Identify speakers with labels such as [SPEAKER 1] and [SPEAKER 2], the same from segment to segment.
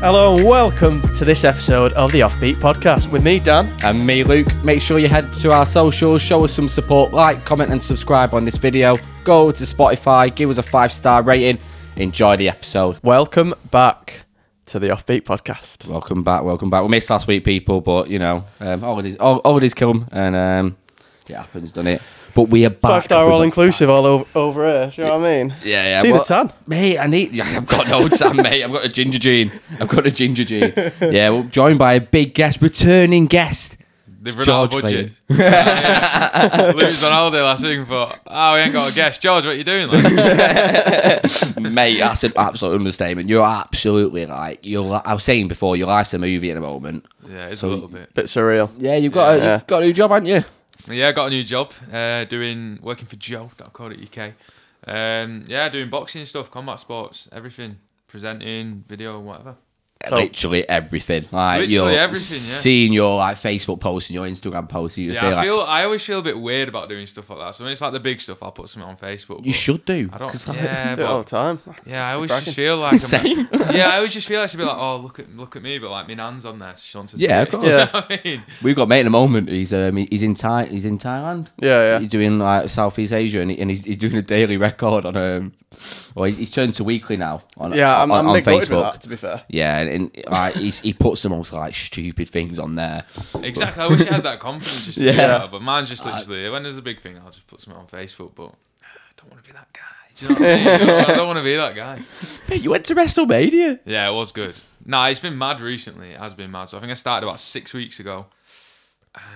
[SPEAKER 1] Hello and welcome to this episode of the Offbeat Podcast with me, Dan.
[SPEAKER 2] And me, Luke. Make sure you head to our socials, show us some support, like, comment, and subscribe on this video. Go to Spotify, give us a five star rating. Enjoy the episode.
[SPEAKER 1] Welcome back to the Offbeat Podcast.
[SPEAKER 2] Welcome back, welcome back. We missed last week, people, but you know, um, holidays, hol- holidays come, and um, it happens, doesn't it? But we are back.
[SPEAKER 1] Five star
[SPEAKER 2] We're
[SPEAKER 1] all
[SPEAKER 2] back.
[SPEAKER 1] inclusive all over, over here. Do you know what I mean?
[SPEAKER 2] Yeah, yeah.
[SPEAKER 1] See
[SPEAKER 2] well-
[SPEAKER 1] the tan?
[SPEAKER 2] Mate, I need. yeah, I've got no tan, mate. I've got a ginger gene. I've got a ginger gene. Yeah, well, joined by a big guest, returning guest.
[SPEAKER 3] They've run out
[SPEAKER 2] George
[SPEAKER 3] of budget. yeah, Lou was on holiday last week and thought, oh, we ain't got a guest. George, what you doing? Like?
[SPEAKER 2] Mate, that's an absolute understatement. You're absolutely like you're. Like, I was saying before, your life's a movie at the moment.
[SPEAKER 3] yeah, it's a little bit.
[SPEAKER 1] Bit surreal.
[SPEAKER 2] Yeah, you've got
[SPEAKER 1] Yeah.
[SPEAKER 2] A, you've got a new job, haven't you?
[SPEAKER 3] Yeah, I got a new job uh, doing working for Joe.co.uk. Um, yeah, doing boxing stuff, combat sports, everything, presenting, video, and whatever.
[SPEAKER 1] So-
[SPEAKER 2] Uh, Literally everything. Like
[SPEAKER 3] Literally
[SPEAKER 2] you're
[SPEAKER 3] everything, yeah.
[SPEAKER 2] Seeing your like Facebook posts and your Instagram posts, you just
[SPEAKER 3] Yeah,
[SPEAKER 2] feel
[SPEAKER 3] I feel
[SPEAKER 2] like
[SPEAKER 3] I always feel a bit weird about doing stuff like that. So when it's like the big stuff, I'll put something on Facebook.
[SPEAKER 2] you
[SPEAKER 3] but
[SPEAKER 2] should do.
[SPEAKER 3] I don't.
[SPEAKER 2] 'Cause, like,
[SPEAKER 3] Yeah,
[SPEAKER 1] Do it all the
[SPEAKER 3] but,
[SPEAKER 1] time.
[SPEAKER 3] yeah, I always
[SPEAKER 1] bragging.
[SPEAKER 3] just feel like I'm
[SPEAKER 2] Same.
[SPEAKER 3] yeah, I always just feel like she'd be like, oh, look at look at me, but like my nan's on there. So she wants to see
[SPEAKER 2] Yeah, of
[SPEAKER 3] it.
[SPEAKER 2] course.
[SPEAKER 3] You know
[SPEAKER 1] Yeah.
[SPEAKER 3] what I mean?
[SPEAKER 2] We've got a mate in a moment. He's um, he- he's in Thai. He's in Thailand.
[SPEAKER 1] Yeah, yeah.
[SPEAKER 2] He's doing like Southeast Asia, and, he, and he's, he's doing a daily record on um. Well, he's, he's turned to weekly now. On,
[SPEAKER 1] Yeah, I'm,
[SPEAKER 2] on,
[SPEAKER 1] I'm
[SPEAKER 2] on
[SPEAKER 1] neglected with
[SPEAKER 2] Facebook.
[SPEAKER 1] that, to be fair.
[SPEAKER 2] Yeah, and, and like, he's, he puts the most like stupid things on there.
[SPEAKER 3] Exactly. I wish I had that confidence just to do
[SPEAKER 2] Yeah.
[SPEAKER 3] that, but mine's just literally when there's a big thing, I'll just put something on Facebook. But I don't want to be that guy. Do you know what I mean? I don't- I don't want to be that guy.
[SPEAKER 2] you went to WrestleMania.
[SPEAKER 3] Yeah, it was good. Nah, it's been mad recently. It has been mad. So I think I started about six weeks ago,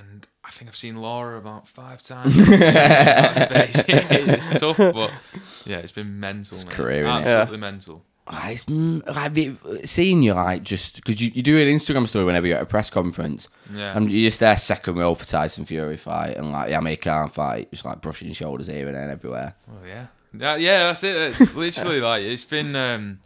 [SPEAKER 3] and I think I've seen Laura about five times. in that space. it's tough, but yeah, it's been mental. mate.
[SPEAKER 2] career, innit?
[SPEAKER 3] Absolutely mental.
[SPEAKER 2] It's mm, like it- seeing you like just because you, you do an Instagram story whenever you're at a press conference.
[SPEAKER 3] Yeah.
[SPEAKER 2] and you're just there second row for Tyson Fury fight and like the Amir Khan fight, just like brushing shoulders here and there and everywhere.
[SPEAKER 3] Well, Oh, yeah, yeah, yeah. That's it. It's literally, like it's been, um,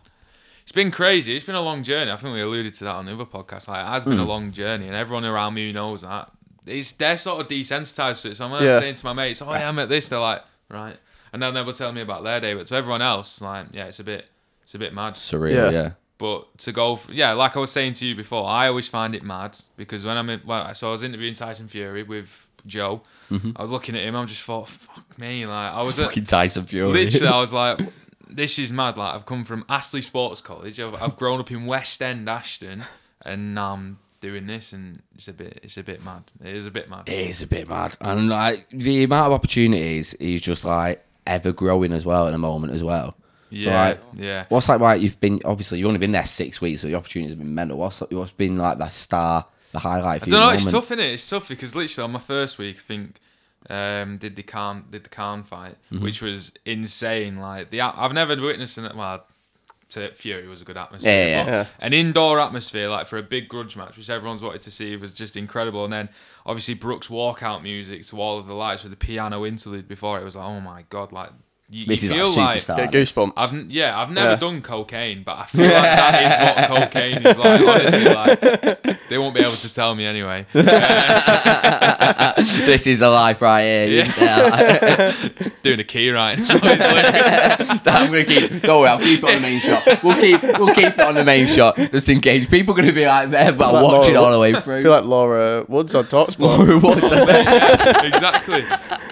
[SPEAKER 3] it's been crazy. It's been a long journey. I think we alluded to that on the other podcast. Like, it has been a long journey, and everyone around me knows that. It's they're sort of desensitized to it. So I'm
[SPEAKER 1] Yeah.
[SPEAKER 3] saying to my mates, "Oh, yeah, I'm at this," they're like, "Right," and then they'll tell me about their day. But to everyone else, like, yeah, it's a bit, it's a bit mad.
[SPEAKER 2] Surreal,
[SPEAKER 1] Yeah.
[SPEAKER 2] yeah.
[SPEAKER 3] But to go, f yeah, like I was saying to you before, I always find it mad because when I'm in, well, so I was interviewing Tyson Fury with Joe. I was looking at him. I just thought, "Fuck me!" Like I was at,
[SPEAKER 2] Fucking Tyson Fury.
[SPEAKER 3] Literally, I was like, this is mad. Like, I've come from Astley Sports College. I've, I've grown up in West End, Ashton, and now I'm doing this, and it's a bit, it's a bit mad. It is a bit mad.
[SPEAKER 2] It is a bit mad, and like the amount of opportunities is just like ever growing as well at the moment as well. So,
[SPEAKER 3] Yeah,
[SPEAKER 2] like,
[SPEAKER 3] yeah.
[SPEAKER 2] What's like? Like you've been obviously you've only been there six weeks, so the opportunities have been mental. What's what's been like the star, the highlight for
[SPEAKER 3] I
[SPEAKER 2] you?
[SPEAKER 3] don't know.
[SPEAKER 2] at the
[SPEAKER 3] It's
[SPEAKER 2] moment?
[SPEAKER 3] tough, innit? It's tough because literally on my first week, I think um, did the Khan did the Khan fight,
[SPEAKER 2] Mm-hmm.
[SPEAKER 3] which was insane. Like the at- I've never witnessed an well. To Fury was a good atmosphere.
[SPEAKER 2] Yeah, yeah,
[SPEAKER 3] but
[SPEAKER 1] yeah.
[SPEAKER 3] An indoor atmosphere, like for a big grudge match, which everyone's wanted to see, was just incredible. And then obviously Brooks' walkout music to all of the lights with the piano interlude before it was like, oh my god, like you,
[SPEAKER 2] This
[SPEAKER 3] you
[SPEAKER 2] is
[SPEAKER 3] feel
[SPEAKER 2] like
[SPEAKER 3] like
[SPEAKER 2] superstar.
[SPEAKER 1] Get goosebumps.
[SPEAKER 3] I've n- yeah, I've never
[SPEAKER 1] Yeah.
[SPEAKER 3] done cocaine, but I feel like that is what cocaine is like. Honestly, like they won't be able to tell me anyway.
[SPEAKER 2] this is a life right here. You
[SPEAKER 3] Yeah.
[SPEAKER 2] just- Yeah.
[SPEAKER 3] Doing a key right now. It's like-
[SPEAKER 2] I'm gonna keep. Don't worry, I'll keep it on the main shot. We'll keep. We'll keep it on the main shot. Just in case people are gonna be like there, but
[SPEAKER 1] Like
[SPEAKER 2] watch it
[SPEAKER 1] Laura-
[SPEAKER 2] all the way
[SPEAKER 1] I
[SPEAKER 2] through.
[SPEAKER 1] feel like Laura Woods on Talksport.
[SPEAKER 2] Laura Waters.
[SPEAKER 3] Yeah, exactly.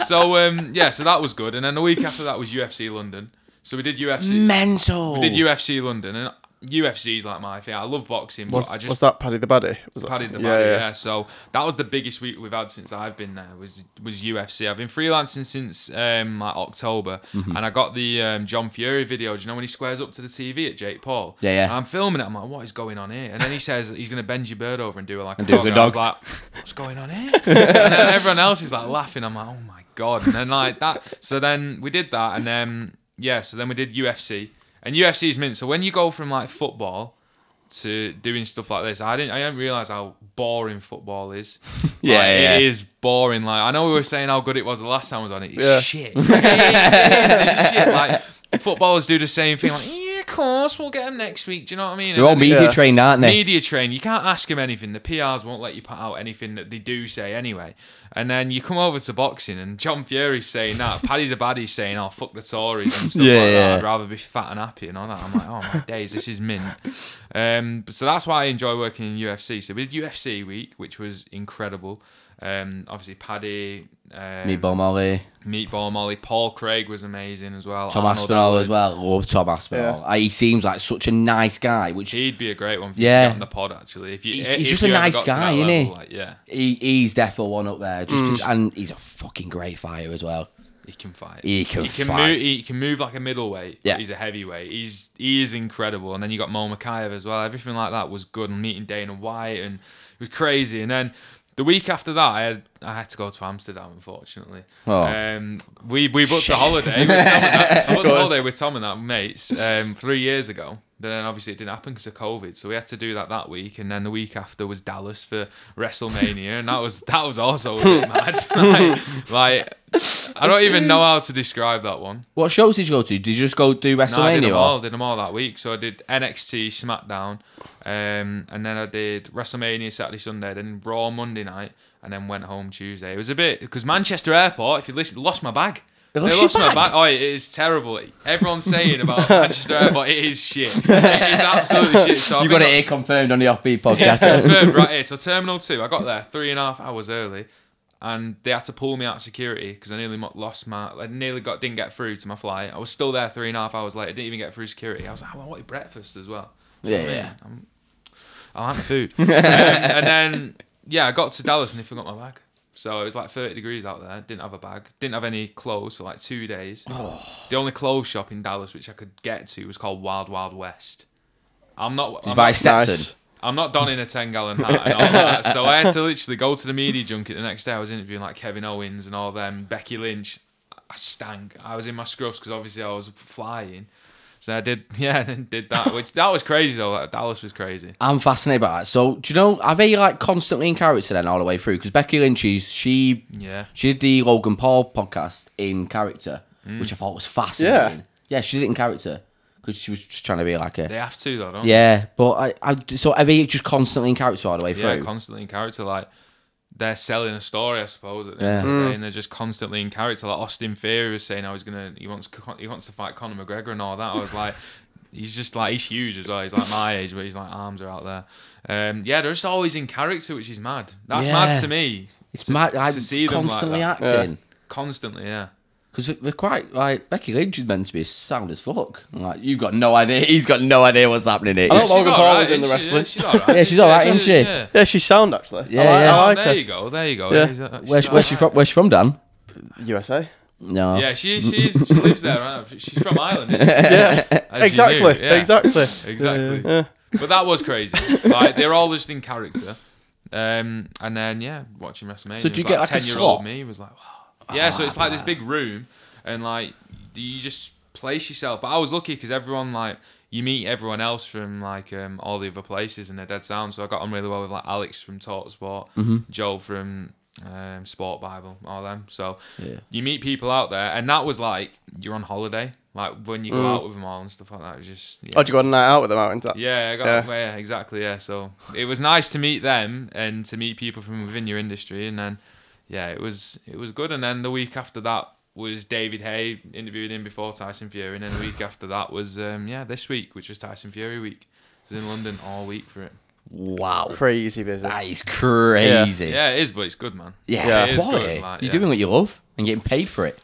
[SPEAKER 3] So um, yeah, so that was good, and then the week after that was UFC London. So we did UFC.
[SPEAKER 2] Mental.
[SPEAKER 3] Did UFC London, and UFC's like my thing. I love boxing, but
[SPEAKER 1] was,
[SPEAKER 3] I
[SPEAKER 1] was
[SPEAKER 3] just
[SPEAKER 1] that Paddy the Baddy? Was that-
[SPEAKER 3] padded the
[SPEAKER 1] yeah,
[SPEAKER 3] body. Yeah,
[SPEAKER 1] yeah.
[SPEAKER 3] So that was the biggest week we've had since I've been there. Was was UFC. I've been freelancing since um, like October,
[SPEAKER 2] Mm-hmm.
[SPEAKER 3] and I got the um, John Fury video. Do you know when he squares up to the TV at Jake Paul?
[SPEAKER 2] Yeah, yeah.
[SPEAKER 3] And I'm filming it. I'm like, what is going on here? And then he says he's gonna bend your bird over and do it like a
[SPEAKER 2] do a
[SPEAKER 3] dog.
[SPEAKER 2] good
[SPEAKER 3] And I was
[SPEAKER 2] dog.
[SPEAKER 3] like, what's going on here? and then everyone else is like laughing. I'm like, oh my god. And then like that. So then we did that, and then yeah. So then we did UFC, and UFC is mint. So when you go from like football to doing stuff like this. I didn't I didn't realise how boring football is.
[SPEAKER 2] Yeah,
[SPEAKER 3] Like,
[SPEAKER 2] yeah.
[SPEAKER 3] It is boring. Like I know we were saying how good it was the last time I was on it. It's
[SPEAKER 1] Yeah.
[SPEAKER 3] shit. It is, it is shit. Like footballers do the same thing, like, yeah, of course, we'll get them next week. Do you know what I mean?
[SPEAKER 2] They're all
[SPEAKER 3] And then
[SPEAKER 2] media
[SPEAKER 1] Yeah.
[SPEAKER 2] trained, aren't they?
[SPEAKER 3] Media train, you can't ask them anything. The PRs won't let you put out anything that they do say anyway. And then you come over to boxing, and John Fury's saying that, Paddy the Baddy's saying, "Oh fuck the Tories" and stuff
[SPEAKER 2] Yeah,
[SPEAKER 3] like
[SPEAKER 2] yeah.
[SPEAKER 3] that. I'd rather be fat and happy and all that. I'm like, oh my days, this is mint. Um, but- so that's why I enjoy working in UFC. So we did UFC week, which was incredible. Um, obviously Paddy, um,
[SPEAKER 2] Meatball Molly,
[SPEAKER 3] Meatball Molly, Paul Craig was amazing as well.
[SPEAKER 2] Tom
[SPEAKER 3] Arnold
[SPEAKER 2] Aspinall
[SPEAKER 3] Allen.
[SPEAKER 2] as well. Love Tom Aspinall. Uh, He seems like such a nice guy, which he,
[SPEAKER 3] He'd be a great one for you
[SPEAKER 2] Yeah.
[SPEAKER 3] to get on the pod actually. If you, eh,
[SPEAKER 2] He's-
[SPEAKER 3] if
[SPEAKER 2] he's just
[SPEAKER 3] you
[SPEAKER 2] a
[SPEAKER 3] ever
[SPEAKER 2] nice
[SPEAKER 3] got to that
[SPEAKER 2] guy, isn't
[SPEAKER 3] level,
[SPEAKER 2] he?
[SPEAKER 3] Like, yeah,
[SPEAKER 2] he's definitely one up there. Just
[SPEAKER 1] Mm.
[SPEAKER 2] 'cause- and he's a fucking great fighter as well.
[SPEAKER 3] he can fight.
[SPEAKER 2] He can fight.
[SPEAKER 3] Move, he can move like a middleweight.
[SPEAKER 2] Yeah.
[SPEAKER 3] he's a heavyweight. He's he is incredible. And then you got Mo Makayev as well. Everything like that was good. And meeting Dana White and it was crazy. And then. The week after that, I had I had to go to Amsterdam. Unfortunately,
[SPEAKER 2] Oh.
[SPEAKER 3] um, we we booked a holiday. With Tom and that, I booked a holiday with Tom and that mates um, three years ago. But then obviously it didn't happen because of COVID, so we had to do that that week. And then the week after was Dallas for WrestleMania, and that was that was also a bit mad. Like- like I don't even know how to describe that one.
[SPEAKER 2] What shows did you go to? Did you just go do
[SPEAKER 3] No, I
[SPEAKER 2] WrestleMania?
[SPEAKER 3] did them
[SPEAKER 2] or-
[SPEAKER 3] all. Did them all that week. So I did NXT, SmackDown, um, and then I did WrestleMania Saturday, Sunday, then Raw Monday night, and then went home Tuesday. It was a bit because Manchester Airport. If you listen, lost my bag.
[SPEAKER 2] They
[SPEAKER 3] They
[SPEAKER 2] lost your
[SPEAKER 3] lost my
[SPEAKER 2] bag?
[SPEAKER 3] bag. Oh, it is terrible. Everyone's saying about Manchester Airport, it is shit. It is absolute shit. So I've
[SPEAKER 2] you
[SPEAKER 3] been
[SPEAKER 2] got it
[SPEAKER 3] on-
[SPEAKER 2] here confirmed on the offbeat podcast.
[SPEAKER 3] it's confirmed right here. So Terminal Two, I got there three and a half hours early, and they had to pull me out of security because I nearly mo- lost my, I nearly got didn't get through to my flight. I was still there three and a half hours later. Didn't even get through security. I was like, oh, I wanted breakfast as well. Do you know
[SPEAKER 2] Yeah,
[SPEAKER 3] what I
[SPEAKER 2] yeah.
[SPEAKER 3] mean? I'm- I like my food. um, and then yeah, I got to Dallas and they forgot my bag. So it was like 30 degrees out there. Didn't have a bag. Didn't have any clothes for like two days. The only clothes shop in Dallas which I could get to was called Wild Wild West. I'm not. I'm
[SPEAKER 2] by
[SPEAKER 3] not-
[SPEAKER 2] Stetson.
[SPEAKER 1] Nice.
[SPEAKER 3] I'm not donning a 10 gallon hat and all that. So I had to literally go to the media junket the next day. I was interviewing like Kevin Owens and all them, Becky Lynch. I stank. I was in my scruffs because obviously I was flying. So I did, yeah, and did that. Which that was crazy though. Like, Dallas was crazy.
[SPEAKER 2] I'm fascinated by that. So, do you know, are they like constantly in character then all the way through? Because Becky Lynch, she's, she
[SPEAKER 3] Yeah.
[SPEAKER 2] she did the Logan Paul podcast in character,
[SPEAKER 3] Mm.
[SPEAKER 2] which I thought was fascinating. Yeah,
[SPEAKER 1] Yeah.
[SPEAKER 2] she did it in character because she was just trying to be like a.
[SPEAKER 3] They have to though, don't
[SPEAKER 2] Yeah, but I, I so are they just constantly in character all the way
[SPEAKER 3] they?
[SPEAKER 2] through?
[SPEAKER 3] Yeah, constantly in character. Like they're selling a story, I suppose. At the end of the day, and they're just constantly in character. Like Austin Theory was saying, I was gonna, he wants, he wants to fight Conor McGregor and all that. I was like. He's just like he's huge as well. He's like my age, but he's like arms are out there. Um, yeah, they're just always in character, which is mad. That's
[SPEAKER 2] Yeah.
[SPEAKER 3] mad to me.
[SPEAKER 2] it's
[SPEAKER 3] to,
[SPEAKER 2] mad. I
[SPEAKER 3] to see them
[SPEAKER 2] constantly
[SPEAKER 3] like that.
[SPEAKER 2] acting
[SPEAKER 3] Constantly, yeah.
[SPEAKER 2] because they're quite like Becky Lynch is meant to be sound as fuck. Like you've got no idea. He's got no idea what's happening here.
[SPEAKER 1] I don't
[SPEAKER 3] She's
[SPEAKER 1] Logan
[SPEAKER 3] all
[SPEAKER 1] Paul
[SPEAKER 3] right,
[SPEAKER 1] was in the
[SPEAKER 3] isn't she?
[SPEAKER 1] wrestling.
[SPEAKER 3] Yeah, she's all right.
[SPEAKER 2] Yeah, she's all right, isn't she?
[SPEAKER 3] Yeah. Oh,
[SPEAKER 1] Yeah, she's sound actually.
[SPEAKER 2] Yeah,
[SPEAKER 1] I like, I
[SPEAKER 2] yeah.
[SPEAKER 1] like
[SPEAKER 3] there
[SPEAKER 1] her.
[SPEAKER 3] you go. There you go.
[SPEAKER 1] Yeah.
[SPEAKER 3] She's, uh, she's
[SPEAKER 2] Where's, where's she
[SPEAKER 3] all
[SPEAKER 2] from?
[SPEAKER 3] right.
[SPEAKER 2] Where's she from, Dan?
[SPEAKER 1] USA.
[SPEAKER 2] No.
[SPEAKER 3] Yeah, she she's, she lives there. Right? She's from Ireland. isn't she?
[SPEAKER 1] Yeah,
[SPEAKER 3] As you
[SPEAKER 1] exactly,
[SPEAKER 3] knew, yeah.
[SPEAKER 1] exactly.
[SPEAKER 3] Exactly.
[SPEAKER 1] Yeah.
[SPEAKER 3] But that was crazy. Like they're all just in character. Um, and then yeah, watching WrestleMania.
[SPEAKER 2] So do
[SPEAKER 3] it was
[SPEAKER 2] you get,
[SPEAKER 3] like
[SPEAKER 2] like, a
[SPEAKER 3] ten year old
[SPEAKER 2] slot? Ah.
[SPEAKER 3] me was like, wow. Yeah, so it's like this big room, and like you just place yourself. But I was lucky because everyone like you meet everyone else from like um, all the other places and they're dead sound. So I got on really well with like Alex from Talksport,
[SPEAKER 2] Mm-hmm.
[SPEAKER 3] Joe from um, Sport Bible, all them. So
[SPEAKER 2] Yeah.
[SPEAKER 3] you meet people out there, and that was like you're on holiday. Like when you go
[SPEAKER 2] Mm.
[SPEAKER 3] out with them all and stuff like that, it was just yeah.
[SPEAKER 1] Oh, did you go on a night out with them out in town?
[SPEAKER 3] Yeah, I got,
[SPEAKER 1] Yeah.
[SPEAKER 3] yeah. exactly. Yeah, so it was nice to meet them and to meet people from within your industry, and then yeah, it was it was good. And then the week after that was David Hay interviewing him before Tyson Fury, and then the week after that was um, yeah this week, which was Tyson Fury week. I was in London all week for it.
[SPEAKER 2] Wow.
[SPEAKER 1] Crazy busy.
[SPEAKER 2] That is crazy.
[SPEAKER 3] Yeah, it is, but it's good, man.
[SPEAKER 2] Yeah,
[SPEAKER 1] Yeah.
[SPEAKER 2] it's
[SPEAKER 3] It is
[SPEAKER 2] quality.
[SPEAKER 3] good, like,
[SPEAKER 2] You're
[SPEAKER 3] yeah.
[SPEAKER 2] doing what you love and getting paid for it.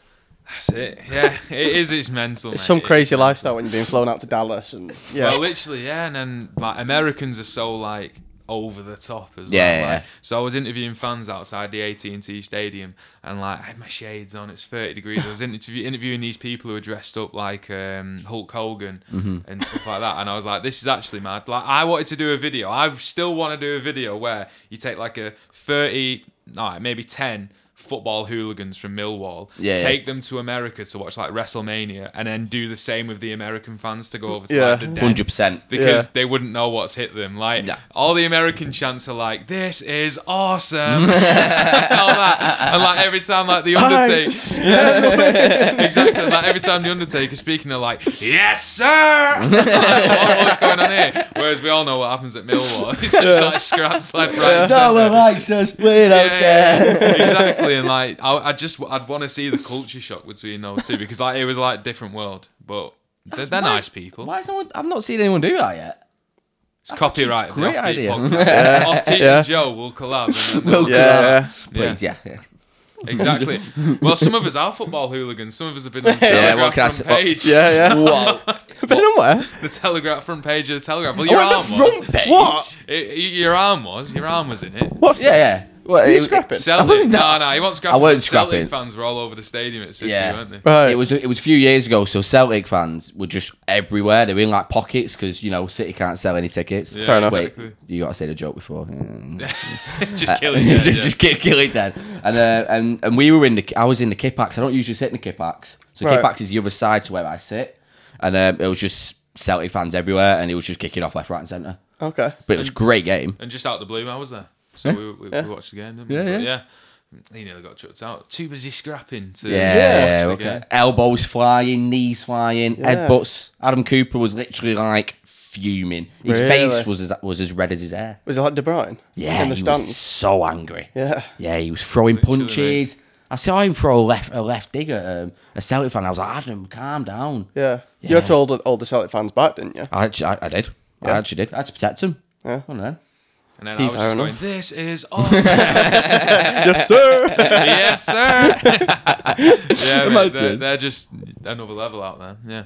[SPEAKER 3] That's it. Yeah, it is. It's mental.
[SPEAKER 1] It's
[SPEAKER 3] mate.
[SPEAKER 1] some
[SPEAKER 3] It is
[SPEAKER 1] crazy
[SPEAKER 3] mental.
[SPEAKER 1] lifestyle when you're being flown out to Dallas and yeah.
[SPEAKER 3] Well, literally, yeah. And then like Americans are so like over the top as well.
[SPEAKER 2] Yeah, yeah,
[SPEAKER 3] like.
[SPEAKER 2] yeah.
[SPEAKER 3] So I was interviewing fans outside the AT&T Stadium, and like I had my shades on. It's 30 degrees. I was interview- interviewing these people who were dressed up like um, Hulk Hogan
[SPEAKER 2] Mm-hmm.
[SPEAKER 3] and stuff like that. And I was like, this is actually mad. Like I wanted to do a video. I still want to do a video where you take like a 30, all right, maybe 10 football hooligans from Millwall
[SPEAKER 2] Yeah, yeah.
[SPEAKER 3] take them to America to watch like WrestleMania and then do the same with the American fans to go over to
[SPEAKER 1] Yeah.
[SPEAKER 3] like, the den
[SPEAKER 2] Hundred percent.
[SPEAKER 3] because
[SPEAKER 1] Yeah.
[SPEAKER 3] they wouldn't know what's hit them. Like
[SPEAKER 2] No.
[SPEAKER 3] all the American chants are like, "This is awesome," all that, and like every time like the Undertaker, yeah, exactly. Like every time the Undertaker speaking, they're like, "Yes, sir." Like, what, what's going on here? Whereas we all know what happens at Millwall. It's just like scraps left, right, and centre.
[SPEAKER 2] likes us. We don't
[SPEAKER 3] Yeah, yeah, yeah. exactly. And like, I, I just, I'd want to see the culture shock between those two because like it was like different world, but they're, they're nice people.
[SPEAKER 2] Why is no one? I've not seen anyone do that yet.
[SPEAKER 3] It's copyright. of the
[SPEAKER 2] great
[SPEAKER 3] Offbeat
[SPEAKER 2] idea.
[SPEAKER 3] podcast. Uh, Offbeat
[SPEAKER 1] Yeah.
[SPEAKER 3] and Joe will collab. And then
[SPEAKER 2] Will
[SPEAKER 3] they'll-
[SPEAKER 1] Yeah.
[SPEAKER 2] Oh, Please, yeah. yeah.
[SPEAKER 3] exactly. well, some of us are football hooligans. Some of us have been on the
[SPEAKER 2] Yeah, what
[SPEAKER 3] Telegraph
[SPEAKER 2] can I say-
[SPEAKER 3] front page.
[SPEAKER 1] Yeah, yeah.
[SPEAKER 2] Whoa.
[SPEAKER 1] Been on where?
[SPEAKER 3] The Telegraph front page of the Telegraph. Well,
[SPEAKER 2] We're
[SPEAKER 3] your
[SPEAKER 2] on
[SPEAKER 3] arm
[SPEAKER 2] the front
[SPEAKER 3] was.
[SPEAKER 2] page.
[SPEAKER 1] What?
[SPEAKER 3] It- y- your arm was. Your arm was in it.
[SPEAKER 1] What's
[SPEAKER 2] Yeah, yeah. Well,
[SPEAKER 1] You
[SPEAKER 2] it,
[SPEAKER 1] scrap it.
[SPEAKER 3] Celtic.
[SPEAKER 2] wouldn't
[SPEAKER 3] No, no, he won't scrap
[SPEAKER 2] I won't scrap
[SPEAKER 3] Celtic
[SPEAKER 2] it.
[SPEAKER 3] fans were all over the stadium at City,
[SPEAKER 2] Yeah.
[SPEAKER 3] weren't they?
[SPEAKER 1] Right.
[SPEAKER 2] It was it was a few years ago, so Celtic fans were just everywhere. They were in like pockets because you know City can't sell any tickets.
[SPEAKER 3] Yeah, Fair
[SPEAKER 1] enough.
[SPEAKER 2] Wait,
[SPEAKER 3] exactly.
[SPEAKER 2] you gotta say the joke before. Mm.
[SPEAKER 3] just killing
[SPEAKER 2] just,
[SPEAKER 3] it.
[SPEAKER 2] just,
[SPEAKER 3] yeah.
[SPEAKER 2] kill, kill it then. And uh, and and we were in the. I was in the Kipax. I don't usually sit in the Kipax. So
[SPEAKER 1] Right.
[SPEAKER 2] Kipax is the other side to where I sit. And um, it was just Celtic fans everywhere, and it was just kicking off left, right, and centre.
[SPEAKER 1] Okay.
[SPEAKER 2] But it was a great game.
[SPEAKER 3] And just out the blue, I was there. So we, we, we watched the game, didn't we?
[SPEAKER 2] Yeah,
[SPEAKER 3] But
[SPEAKER 2] yeah.
[SPEAKER 3] yeah. He nearly got chucked out. Too busy scrapping to
[SPEAKER 2] Yeah,
[SPEAKER 3] watch the
[SPEAKER 2] okay.
[SPEAKER 3] game.
[SPEAKER 2] Elbows flying, knees flying,
[SPEAKER 1] Yeah.
[SPEAKER 2] headbutts. Adam Cooper was literally like fuming. His
[SPEAKER 1] Really?
[SPEAKER 2] face was as, was as red as his hair.
[SPEAKER 1] Was it like De Bruyne?
[SPEAKER 2] Yeah,
[SPEAKER 1] In the
[SPEAKER 2] he
[SPEAKER 1] stands.
[SPEAKER 2] was so angry.
[SPEAKER 1] Yeah.
[SPEAKER 2] Yeah, he was throwing
[SPEAKER 3] Literally.
[SPEAKER 2] punches. I saw him throw a left a left dig at um, a Celtic fan. I was like, Adam, calm down.
[SPEAKER 1] Yeah. You
[SPEAKER 2] Yeah.
[SPEAKER 1] had to hold all the Celtic fans back, didn't you?
[SPEAKER 2] I actually, I, I did. I actually did. I had to protect him.
[SPEAKER 1] Yeah.
[SPEAKER 2] I don't know.
[SPEAKER 3] And then I
[SPEAKER 1] He's
[SPEAKER 3] was just
[SPEAKER 1] fair
[SPEAKER 3] going,
[SPEAKER 1] enough.
[SPEAKER 3] this is awesome.
[SPEAKER 1] yes, sir.
[SPEAKER 3] yes, sir. yeah, mate, they're,
[SPEAKER 2] Imagine.
[SPEAKER 3] they're just another level out there. Yeah.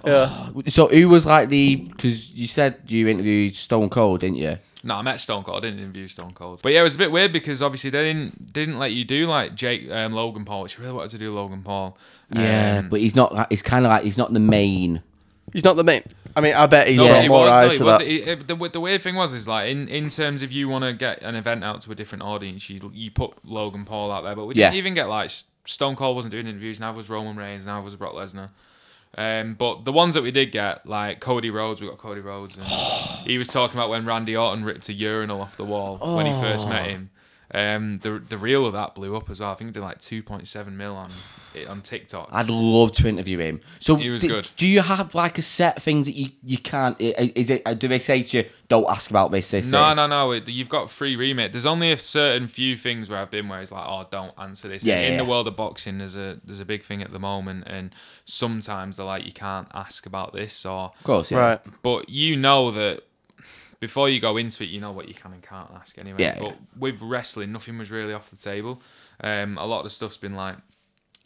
[SPEAKER 1] yeah.
[SPEAKER 2] So who was like the? Because you said you interviewed Stone Cold, didn't you?
[SPEAKER 3] No, I met Stone Cold. I didn't interview Stone Cold. But yeah, it was a bit weird because obviously they didn't didn't let you do like Jake um, Logan Paul, which I really wanted to do Logan Paul.
[SPEAKER 2] Yeah,
[SPEAKER 3] Um,
[SPEAKER 2] but he's not. like He's kind of like he's not the main.
[SPEAKER 1] He's not the main. I mean, I bet he's
[SPEAKER 3] No,
[SPEAKER 1] got
[SPEAKER 3] but
[SPEAKER 2] he
[SPEAKER 3] it
[SPEAKER 1] more
[SPEAKER 3] was,
[SPEAKER 1] eyes
[SPEAKER 3] though,
[SPEAKER 1] to
[SPEAKER 3] it was,
[SPEAKER 1] that.
[SPEAKER 3] it- it- the, the weird thing was is like in, in terms of you want to get an event out to a different audience, you you put Logan Paul out there, but we didn't
[SPEAKER 2] Yeah.
[SPEAKER 3] even get like S- Stone Cold wasn't doing interviews, now was Roman Reigns, now was Brock Lesnar. Um, but the ones that we did get, like Cody Rhodes, we got Cody Rhodes, and he was talking about when Randy Orton ripped a urinal off the wall when he first
[SPEAKER 1] Oh.
[SPEAKER 3] met him. Um, the the reel of that blew up as well. I think it did like two point seven mil on it on TikTok.
[SPEAKER 2] I'd love to interview him. So
[SPEAKER 3] He was
[SPEAKER 2] do,
[SPEAKER 3] good.
[SPEAKER 2] Do you have like a set of things that you you can't? i- Is it? uh, Do they say to you, don't ask about this? This?
[SPEAKER 3] No,
[SPEAKER 2] this?
[SPEAKER 3] no, no. It, you've got free remit. There's only a certain few things where I've been where it's like, oh, don't answer this.
[SPEAKER 2] Yeah,
[SPEAKER 3] in
[SPEAKER 2] yeah,
[SPEAKER 3] the
[SPEAKER 2] yeah.
[SPEAKER 3] world of boxing, there's a there's a big thing at the moment, and sometimes they're like, you can't ask about this, or
[SPEAKER 2] Of course, yeah.
[SPEAKER 1] Right.
[SPEAKER 3] but you know that before you go into it, you know what you can and can't ask anyway.
[SPEAKER 2] Yeah,
[SPEAKER 3] but
[SPEAKER 2] yeah.
[SPEAKER 3] with wrestling, nothing was really off the table. Um, a lot of the stuff's been like,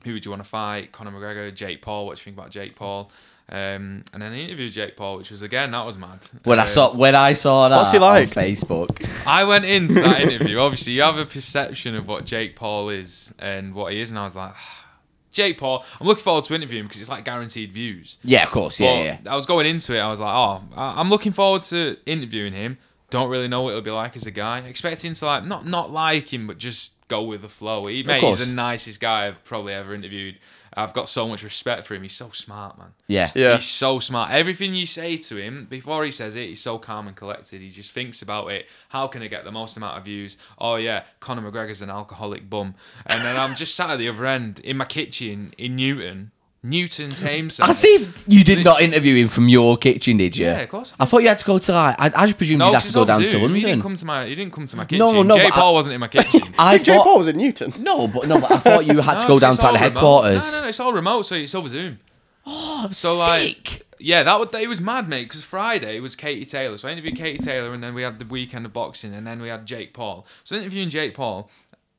[SPEAKER 3] who would you want to fight? Conor McGregor, Jake Paul. What do you think about Jake Paul? Um, and then I interviewed Jake Paul, which was again that was mad.
[SPEAKER 2] When I
[SPEAKER 3] Um,
[SPEAKER 2] saw when I saw that
[SPEAKER 1] What's he like?
[SPEAKER 2] on Facebook,
[SPEAKER 3] I went into that interview. Obviously, you have a perception of what Jake Paul is and what he is, and I was like, Jake Paul. I'm looking forward to interviewing him because it's like guaranteed views.
[SPEAKER 2] yeah, of course, yeah,
[SPEAKER 3] But
[SPEAKER 2] yeah.
[SPEAKER 3] I was going into it. I was like, oh, I- I'm looking forward to interviewing him. Don't really know what it'll be like as a guy. Expecting to like not not like him, but just go with the flow. He, mate,
[SPEAKER 2] course.
[SPEAKER 3] he's the nicest guy I've probably ever interviewed. I've got so much respect for him. He's so smart, man.
[SPEAKER 2] yeah,
[SPEAKER 1] Yeah.
[SPEAKER 3] He's so smart. Everything you say to him before he says it, he's so calm and collected. He just thinks about it. How can I get the most amount of views? Oh yeah, Conor McGregor's an alcoholic bum. And then I'm just sat at the other end in my kitchen in Newton, Newton Thames.
[SPEAKER 2] I see. if You did not
[SPEAKER 3] Literally-
[SPEAKER 2] interview him from your kitchen, did you?
[SPEAKER 3] Yeah, of course.
[SPEAKER 2] I thought you had to go to like. I, I just presumed
[SPEAKER 3] No,
[SPEAKER 2] you'd have
[SPEAKER 3] 'cause
[SPEAKER 2] to
[SPEAKER 3] it's
[SPEAKER 2] go
[SPEAKER 3] on
[SPEAKER 2] down to
[SPEAKER 3] Zoom. You didn't
[SPEAKER 2] London.
[SPEAKER 3] come to my. You didn't come to my kitchen.
[SPEAKER 2] No, no,
[SPEAKER 3] Jake
[SPEAKER 2] but I-
[SPEAKER 3] Paul wasn't in my kitchen.
[SPEAKER 2] I
[SPEAKER 1] If Jake
[SPEAKER 2] thought
[SPEAKER 1] Paul was in Newton.
[SPEAKER 2] no, but no, but I thought you had to
[SPEAKER 3] No,
[SPEAKER 2] go
[SPEAKER 3] 'cause
[SPEAKER 2] down
[SPEAKER 3] it's
[SPEAKER 2] to like,
[SPEAKER 3] all
[SPEAKER 2] the
[SPEAKER 3] remote.
[SPEAKER 2] headquarters.
[SPEAKER 3] No, no, no, it's all remote, so it's over Zoom. So
[SPEAKER 2] Sick.
[SPEAKER 3] like, yeah, that would, it was mad, mate. Because Friday was Katie Taylor, so I interviewed Katie Taylor, and then we had the weekend of boxing, and then we had Jake Paul. So interviewing Jake Paul,